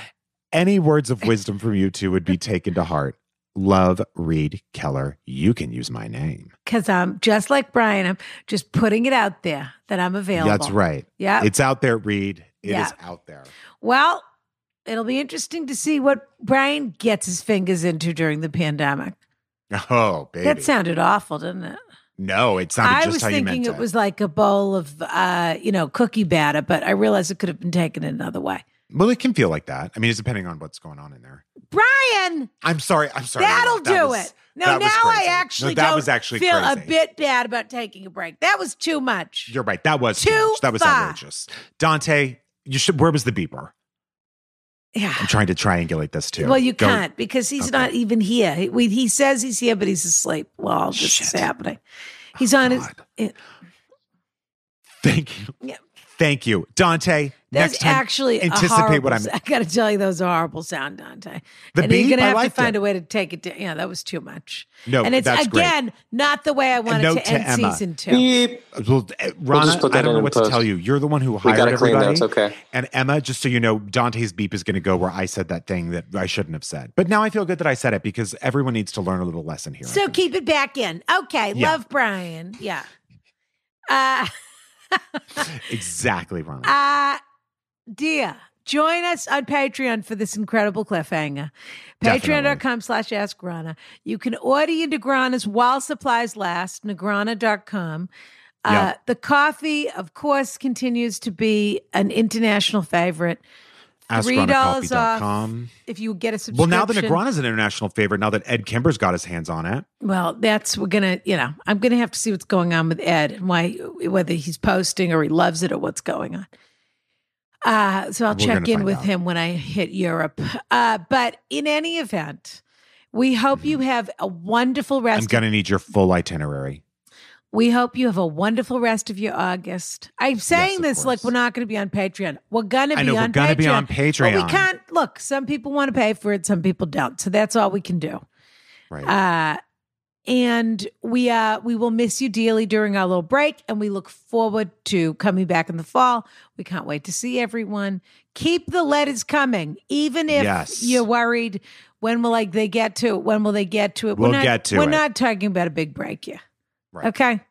Speaker 1: Any words of wisdom from you two would be taken to heart. Love Reed Keller. You can use my name.
Speaker 3: Because I'm um, just like Brian, I'm just putting it out there that I'm available.
Speaker 1: That's right.
Speaker 3: Yeah.
Speaker 1: It's out there, Reed. It is
Speaker 3: Yeah.
Speaker 1: out there.
Speaker 3: well, it'll be interesting to see what Brian gets his fingers into during the pandemic.
Speaker 1: Oh, baby.
Speaker 3: That sounded awful, didn't it?
Speaker 1: no, it sounded
Speaker 3: I
Speaker 1: just
Speaker 3: was
Speaker 1: how you
Speaker 3: thinking
Speaker 1: meant
Speaker 3: it was like a bowl of, uh, you know, cookie batter, but I realized it could have been taken another way.
Speaker 1: Well, it can feel like that. I mean, it's depending on what's going on in there.
Speaker 3: Brian,
Speaker 1: I'm sorry. I'm sorry.
Speaker 3: that'll
Speaker 1: That
Speaker 3: do
Speaker 1: was-
Speaker 3: it. No,
Speaker 1: that
Speaker 3: now
Speaker 1: was
Speaker 3: I
Speaker 1: crazy. No,
Speaker 3: actually
Speaker 1: that
Speaker 3: don't
Speaker 1: was actually
Speaker 3: feel
Speaker 1: crazy.
Speaker 3: a bit bad about taking a break. That was too much.
Speaker 1: You're right. That was too
Speaker 3: Too
Speaker 1: much. That was
Speaker 3: far.
Speaker 1: outrageous. Dante, you should. Where was the beeper?
Speaker 3: yeah.
Speaker 1: I'm trying to triangulate this too.
Speaker 3: Well, you
Speaker 1: Go-
Speaker 3: can't because he's
Speaker 1: Okay.
Speaker 3: not even here. He, we, he says he's here, but he's asleep while all this is
Speaker 1: Shit.
Speaker 3: happening. He's on his.
Speaker 1: God.
Speaker 3: it-
Speaker 1: Thank you.
Speaker 3: Yeah.
Speaker 1: Thank you, Dante.
Speaker 3: That's
Speaker 1: next time,
Speaker 3: actually a
Speaker 1: anticipate
Speaker 3: horrible
Speaker 1: what I'm-
Speaker 3: s- I got to tell you, that was a horrible sound, Dante.
Speaker 1: the
Speaker 3: and you're
Speaker 1: bee.
Speaker 3: gonna
Speaker 1: I
Speaker 3: have to
Speaker 1: liked
Speaker 3: find
Speaker 1: it.
Speaker 3: a way to take it down. Yeah, that was too much.
Speaker 1: No,
Speaker 3: and it's
Speaker 1: that's great.
Speaker 3: again not the way I wanted
Speaker 1: note
Speaker 3: to
Speaker 1: to
Speaker 3: end
Speaker 1: Emma.
Speaker 3: season two.
Speaker 4: Beep.
Speaker 1: Well, eh, Rana,
Speaker 4: just put
Speaker 1: I
Speaker 4: that
Speaker 1: don't
Speaker 4: in
Speaker 1: know
Speaker 4: in
Speaker 1: what to
Speaker 4: post.
Speaker 1: tell you. You're the one who
Speaker 4: We
Speaker 1: hired
Speaker 4: got to clean
Speaker 1: everybody.
Speaker 4: those. Okay.
Speaker 1: And Emma, just so you know, Dante's beep is going to go where I said that thing that I shouldn't have said. But now I feel good that I said it because everyone needs to learn a little lesson here. I
Speaker 3: So
Speaker 1: think.
Speaker 3: keep it back in. Okay,
Speaker 1: Yeah.
Speaker 3: love Brian. Yeah. Uh,
Speaker 1: exactly, Rana.
Speaker 3: uh, dear, join us on Patreon for this incredible cliffhanger.
Speaker 1: Definitely.
Speaker 3: Patreon.com slash ask Grana. You can order your Negranas while supplies last, negrana.com.
Speaker 1: Yeah.
Speaker 3: Uh, the coffee, of course, continues to be an international favorite. uh,
Speaker 1: Ask for
Speaker 3: $3
Speaker 1: anacoffee.com.
Speaker 3: If you get a
Speaker 1: Well,
Speaker 3: subscription,
Speaker 1: now the Negrana's an international favorite now that Ed Kimber's got his hands on it.
Speaker 3: Well, that's we're gonna, you know, I'm gonna have to see what's going on with Ed and why, whether he's posting or he loves it or what's going on. Uh, so I'll
Speaker 1: We're
Speaker 3: check
Speaker 1: gonna
Speaker 3: in
Speaker 1: find
Speaker 3: with
Speaker 1: out.
Speaker 3: him when I hit Europe. Uh, but in any event, we hope you have a wonderful
Speaker 1: Mm-hmm. I'm
Speaker 3: rest.
Speaker 1: going to need your full itinerary.
Speaker 3: we hope you have a wonderful rest of your August. I'm saying
Speaker 1: of
Speaker 3: this like
Speaker 1: course.
Speaker 3: we're not going to be on Patreon. We're gonna
Speaker 1: I
Speaker 3: be
Speaker 1: know we're
Speaker 3: on
Speaker 1: going to
Speaker 3: Patreon.
Speaker 1: be on Patreon.
Speaker 3: But we can't look. Some people want to pay for it. Some people don't. So that's all we can do.
Speaker 1: Right.
Speaker 3: Uh, and we uh we will miss you dearly during our little break, and we look forward to coming back in the fall. We can't wait to see everyone. Keep the letters coming, even if
Speaker 1: Yes.
Speaker 3: you're worried. When will like they get to it? When will they get to it?
Speaker 1: We'll
Speaker 3: we're not,
Speaker 1: get to
Speaker 3: We're
Speaker 1: it.
Speaker 3: not talking about a big break here.
Speaker 1: Right.
Speaker 3: Okay.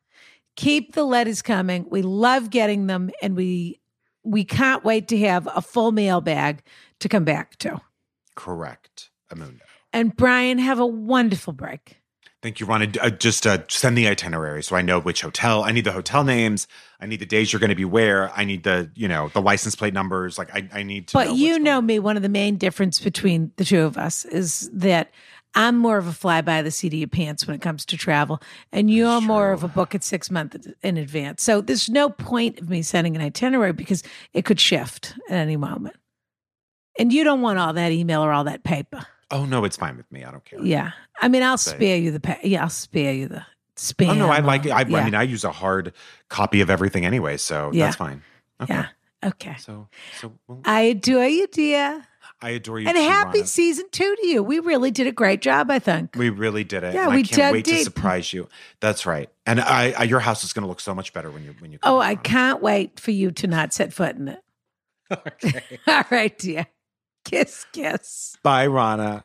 Speaker 3: Keep the letters coming. We love getting them, and we we can't wait to have a full mailbag to come back to.
Speaker 1: Correct. Amunda.
Speaker 3: And Brian, have a wonderful break.
Speaker 1: Thank you, Ron. And, Uh, just uh, send the itinerary so I know which hotel. I need the hotel names. I need the days you're going to be where. I need the you know the license plate numbers. Like I, I need to.
Speaker 3: But
Speaker 1: know
Speaker 3: you
Speaker 1: what's
Speaker 3: know
Speaker 1: going
Speaker 3: me, one of the main difference between the two of us is that I'm more of a fly by the seat of your pants when it comes to travel, and you're more
Speaker 1: true.
Speaker 3: of a book at six months in advance. So there's no point of me sending an itinerary because it could shift at any moment. And you don't want all that email or all that paper.
Speaker 1: on. Oh no, it's fine with me. I don't care.
Speaker 3: Yeah. I mean, I'll
Speaker 1: Right.
Speaker 3: spare you the, pa- yeah, I'll spare you the spam.
Speaker 1: Oh no, I like.
Speaker 3: or-
Speaker 1: I,
Speaker 3: yeah,
Speaker 1: I mean, I use a hard copy of everything anyway, so
Speaker 3: Yeah.
Speaker 1: that's fine. Okay.
Speaker 3: yeah. Okay.
Speaker 1: So so well,
Speaker 3: I adore you, dear.
Speaker 1: I adore you.
Speaker 3: And
Speaker 1: too,
Speaker 3: happy
Speaker 1: Rana.
Speaker 3: season two to you. We really did a great job, I think.
Speaker 1: We really did it.
Speaker 3: Yeah,
Speaker 1: and
Speaker 3: we
Speaker 1: I can't
Speaker 3: dug
Speaker 1: wait
Speaker 3: deep.
Speaker 1: to surprise you. That's right. And I, I your house is going to look so much better when you when you. come
Speaker 3: Oh,
Speaker 1: back,
Speaker 3: I
Speaker 1: Rana.
Speaker 3: can't wait for you to not set foot in it.
Speaker 1: okay.
Speaker 3: All right, dear. Kiss, kiss.
Speaker 1: Bye, Rana.